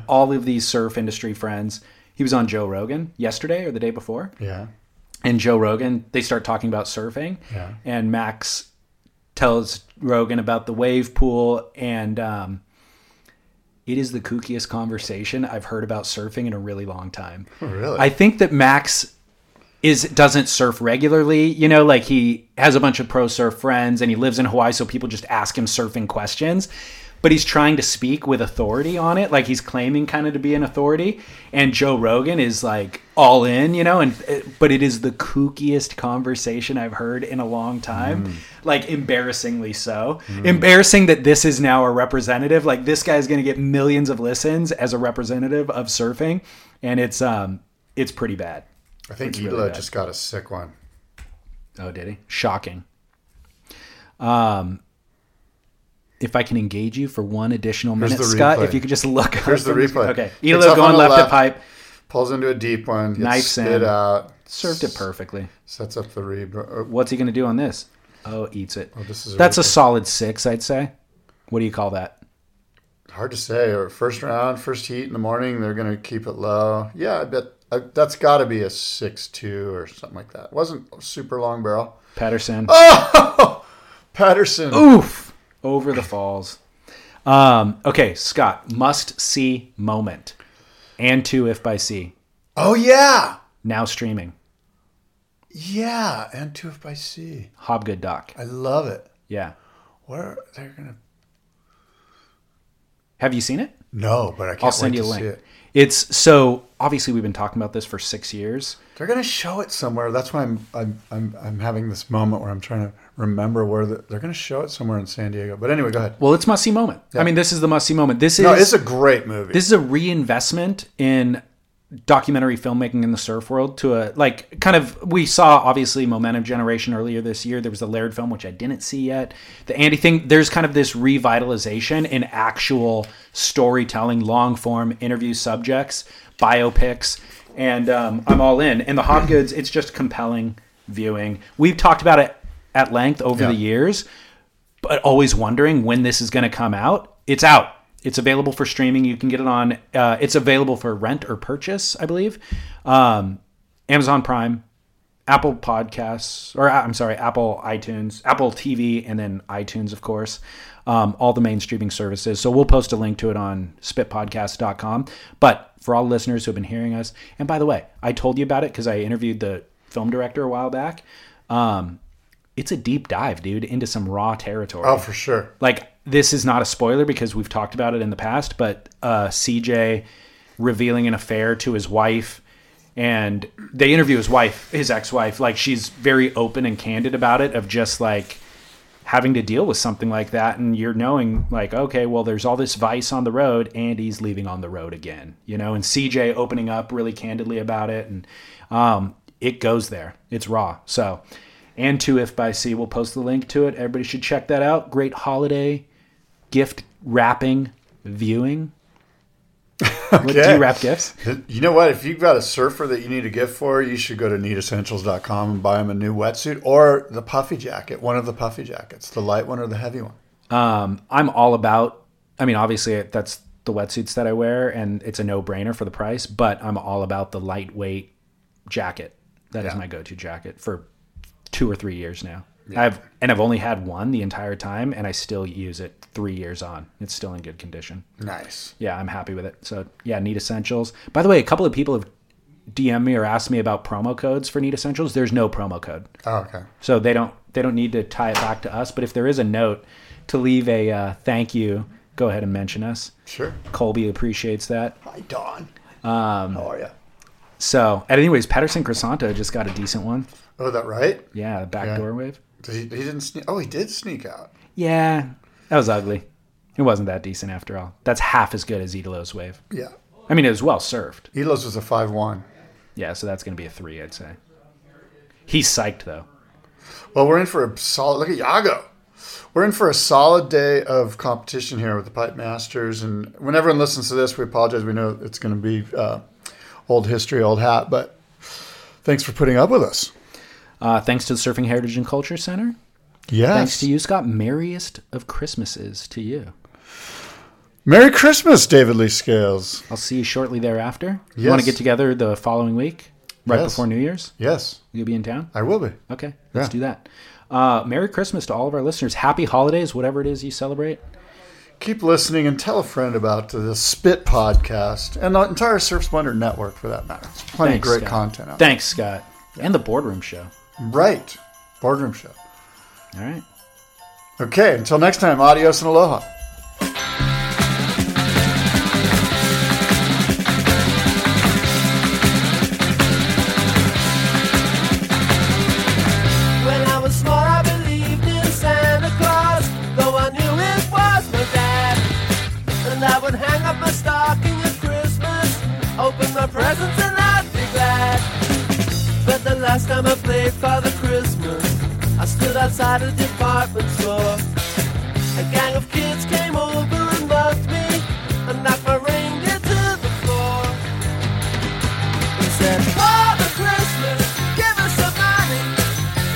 B: All of these surf industry friends. He was on Joe Rogan yesterday or the day before
A: yeah.
B: and Joe Rogan, they start talking about surfing.
A: Yeah.
B: And Max tells Rogan about the wave pool. And um, it is the kookiest conversation I've heard about surfing in a really long time.
A: Oh, Really?
B: I think that Max is doesn't surf regularly. You know, like he has a bunch of pro surf friends and he lives in Hawaii, so people just ask him surfing questions. But he's trying to speak with authority on it, like he's claiming kind of to be an authority. And Joe Rogan is like all in, you know. And uh, but it is the kookiest conversation I've heard in a long time, like embarrassingly so. Embarrassing that this is now a representative. Like this guy's going to get millions of listens as a representative of surfing, and it's um it's pretty bad.
A: I think Hila
B: really bad.
A: just got a sick one.
B: Oh, did he? Shocking. Um, if I can engage you for one additional
A: Here's
B: minute,
A: the
B: Scott,
A: replay.
B: if you could just look.
A: Here's the replay.
B: Okay,
A: Picks
B: Elo
A: up on
B: going
A: the
B: left,
A: left.
B: to pipe,
A: Pulls into a deep one. Gets
B: Knifes
A: spit
B: in.
A: out.
B: served it perfectly.
A: Sets up the uh, rebound.
B: What's he going to do on this? Oh, eats it.
A: this is a
B: That's a
A: replay.
B: solid six, I'd say. What do you call that?
A: Hard to say. Or first round, first heat in the morning, they're going to keep it low. Yeah, I bet I, that's got to be a six-two or something like that. Wasn't a super long barrel.
B: Patterson.
A: Patterson.
B: Oof! Over the falls. Um, okay, Scott, must see moment. And two if by C.
A: Oh yeah,
B: Now streaming.
A: yeah. And two if by sea.
B: Hobgood Doc.
A: I love it.
B: Yeah.
A: Where they're gonna?
B: Have you seen it?
A: No, but I can't
B: I'll send
A: wait
B: you a
A: to
B: link.
A: see it.
B: It's so obviously we've been talking about this for six years.
A: They're gonna show it somewhere. That's why I'm I'm I'm, I'm having this moment where I'm trying to remember where the, they're gonna show it somewhere in San Diego. But anyway, go ahead.
B: Well, it's must see moment. I mean, this is the must see moment. This is
A: No, it's a great movie.
B: this is a reinvestment in documentary filmmaking in the surf world to a like kind of we saw obviously momentum generation earlier this year there was the laird film which i didn't see yet the andy thing there's kind of this revitalization in actual storytelling long form interview subjects biopics and um, i'm all in and the hobgoods it's just compelling viewing we've talked about it at length over
A: Yeah.
B: the years but always wondering when this is going to come out. It's out. It's available for streaming. You can get it on. Uh, it's available for rent or purchase, I believe. Um, Amazon Prime, Apple Podcasts, or uh, I'm sorry, Apple iTunes, Apple TV, and then iTunes, of course, um, all the main streaming services. So we'll post a link to it on spitpodcast.com. But for all listeners who have been hearing us, and by the way, I told you about it because I interviewed the film director a while back. Um, it's a deep dive, dude, into some raw territory
A: Oh, for sure.
B: like this is not a spoiler because we've talked about it in the past, but uh, CJ revealing an affair to his wife, and they interview his wife, his ex-wife. Like she's very open and candid about it, of just like having to deal with something like that, and you're knowing like, okay, well, there's all this vice on the road, and he's leaving on the road again, you know. And CJ opening up really candidly about it, and um, it goes there. It's raw. So, and to If by Sea, we'll post the link to it. Everybody should check that out. Great holiday gift wrapping viewing. Do you wrap gifts?
A: You know what? If you've got a surfer that you need a gift for, you should go to neatessentials.com and buy him a new wetsuit or the puffy jacket, one of the puffy jackets, the light one or the heavy one.
B: I'm all about. I mean, obviously, that's the wetsuits that I wear, and it's a no-brainer for the price. But I'm all about the lightweight jacket. That is my go-to jacket for two or three years now. I've and I've only had one the entire time, and I still use it three years on. It's still in good condition.
A: Nice.
B: yeah, I'm happy with it. So yeah, Neat Essentials. By the way, a couple of people have DM me or asked me about promo codes for Neat Essentials. There's no promo code,
A: Oh, okay.
B: so they don't they don't need to tie it back to us. But if there is a note to leave a uh, thank you, go ahead and mention us.
A: Sure.
B: Colby appreciates that.
A: Hi, Don. Um, How are you?
B: So, and anyways, Patterson Crisanto just got a decent one.
A: Oh, that right?
B: Yeah, the back
A: Yeah.
B: door wave.
A: Did he, he didn't sneak. Oh, he did sneak out.
B: Yeah, that was ugly. It wasn't that decent after all. That's half as good as Idolo's wave.
A: Yeah.
B: I mean, it was well served.
A: Elos was a 5 1.
B: Yeah, so that's going to be a three, I'd say. He's psyched though.
A: Well, we're in for a solid. Look at Yago. We're in for a solid day of competition here with the Pipe Masters. And when everyone listens to this, we apologize. We know it's going to be uh, old history, old hat, but thanks for putting up with us.
B: Uh, thanks to the Surfing Heritage and Culture Center.
A: Yes.
B: Thanks to you, Scott. Merriest of Christmases to you.
A: Merry Christmas, David Lee Scales.
B: I'll see you shortly thereafter. You
A: Yes.
B: want to get together the following week, right
A: Yes.
B: before New Year's?
A: Yes,
B: You'll be in town?
A: I will be.
B: Okay, let's
A: Yeah.
B: do that. Uh, Merry Christmas to all of our listeners. Happy holidays, whatever it is you celebrate.
A: Keep listening and tell a friend about the Spit podcast and the entire Surf Splendor network for that matter. It's plenty
B: Thanks,
A: of great
B: Scott.
A: content out
B: Thanks, Scott. And the boardroom show.
A: there. Right. Boardroom show.
B: All right.
A: Okay, until next time, adios and aloha.
C: When I was small, I believed in Santa Claus, though I knew it was my dad. And I would hang up my stocking at Christmas, open my presents, and I'd be glad. But the last time I played Father Christmas, I stood outside a department store. A gang of kids came over and loved me, and knocked my reindeer to the floor. He said, Father Christmas, give us some money.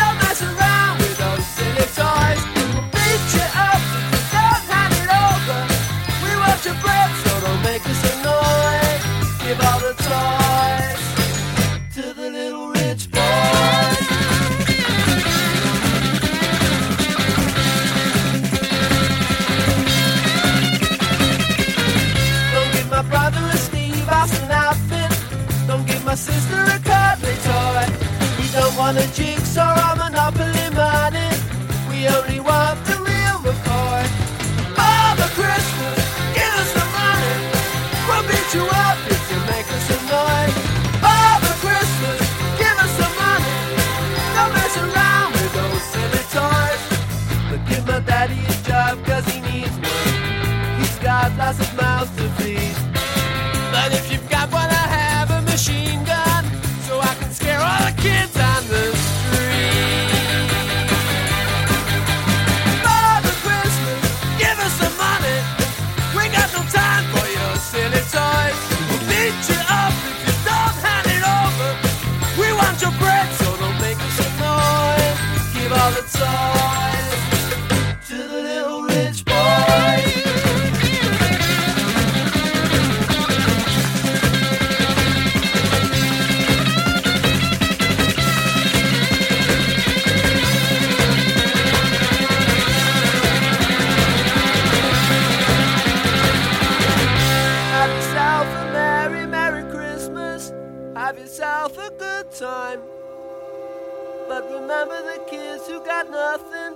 C: Don't mess around with those silly toys. We'll beat you up if you don't hand it over. We want your bread, so don't make us annoyed. Give all the toys to the little rich boys. Don't give my brother a Steve Austin outfit. Don't give my sister a cuddly toy. We don't want a jigsaw or Monopoly money. We only want the real McCoy. Father Christmas, give us the money. We'll beat you up if you make us annoyed. Father Christmas, give us the money. Don't mess around with those silly toys. But give my daddy a job cause he needs one. He's got lots of mouths to feed. But if you've got one, I have a machine gun, so I can scare all the kids on the street. Father Christmas, give us some money. We got no time for your silly toys. We'll beat you up if you don't hand it over. We want your bread, so don't make us annoyed. Give all the toys to the little rich boys. Have yourself a good time. But remember the kids who got nothing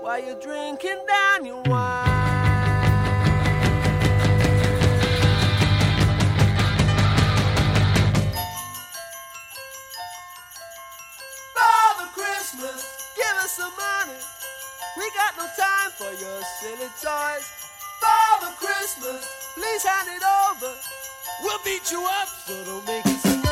C: while you're drinking down your wine. Father Christmas, give us some money. We got no time for your silly toys. Father Christmas, please hand it over. We'll beat you up, so don't make it.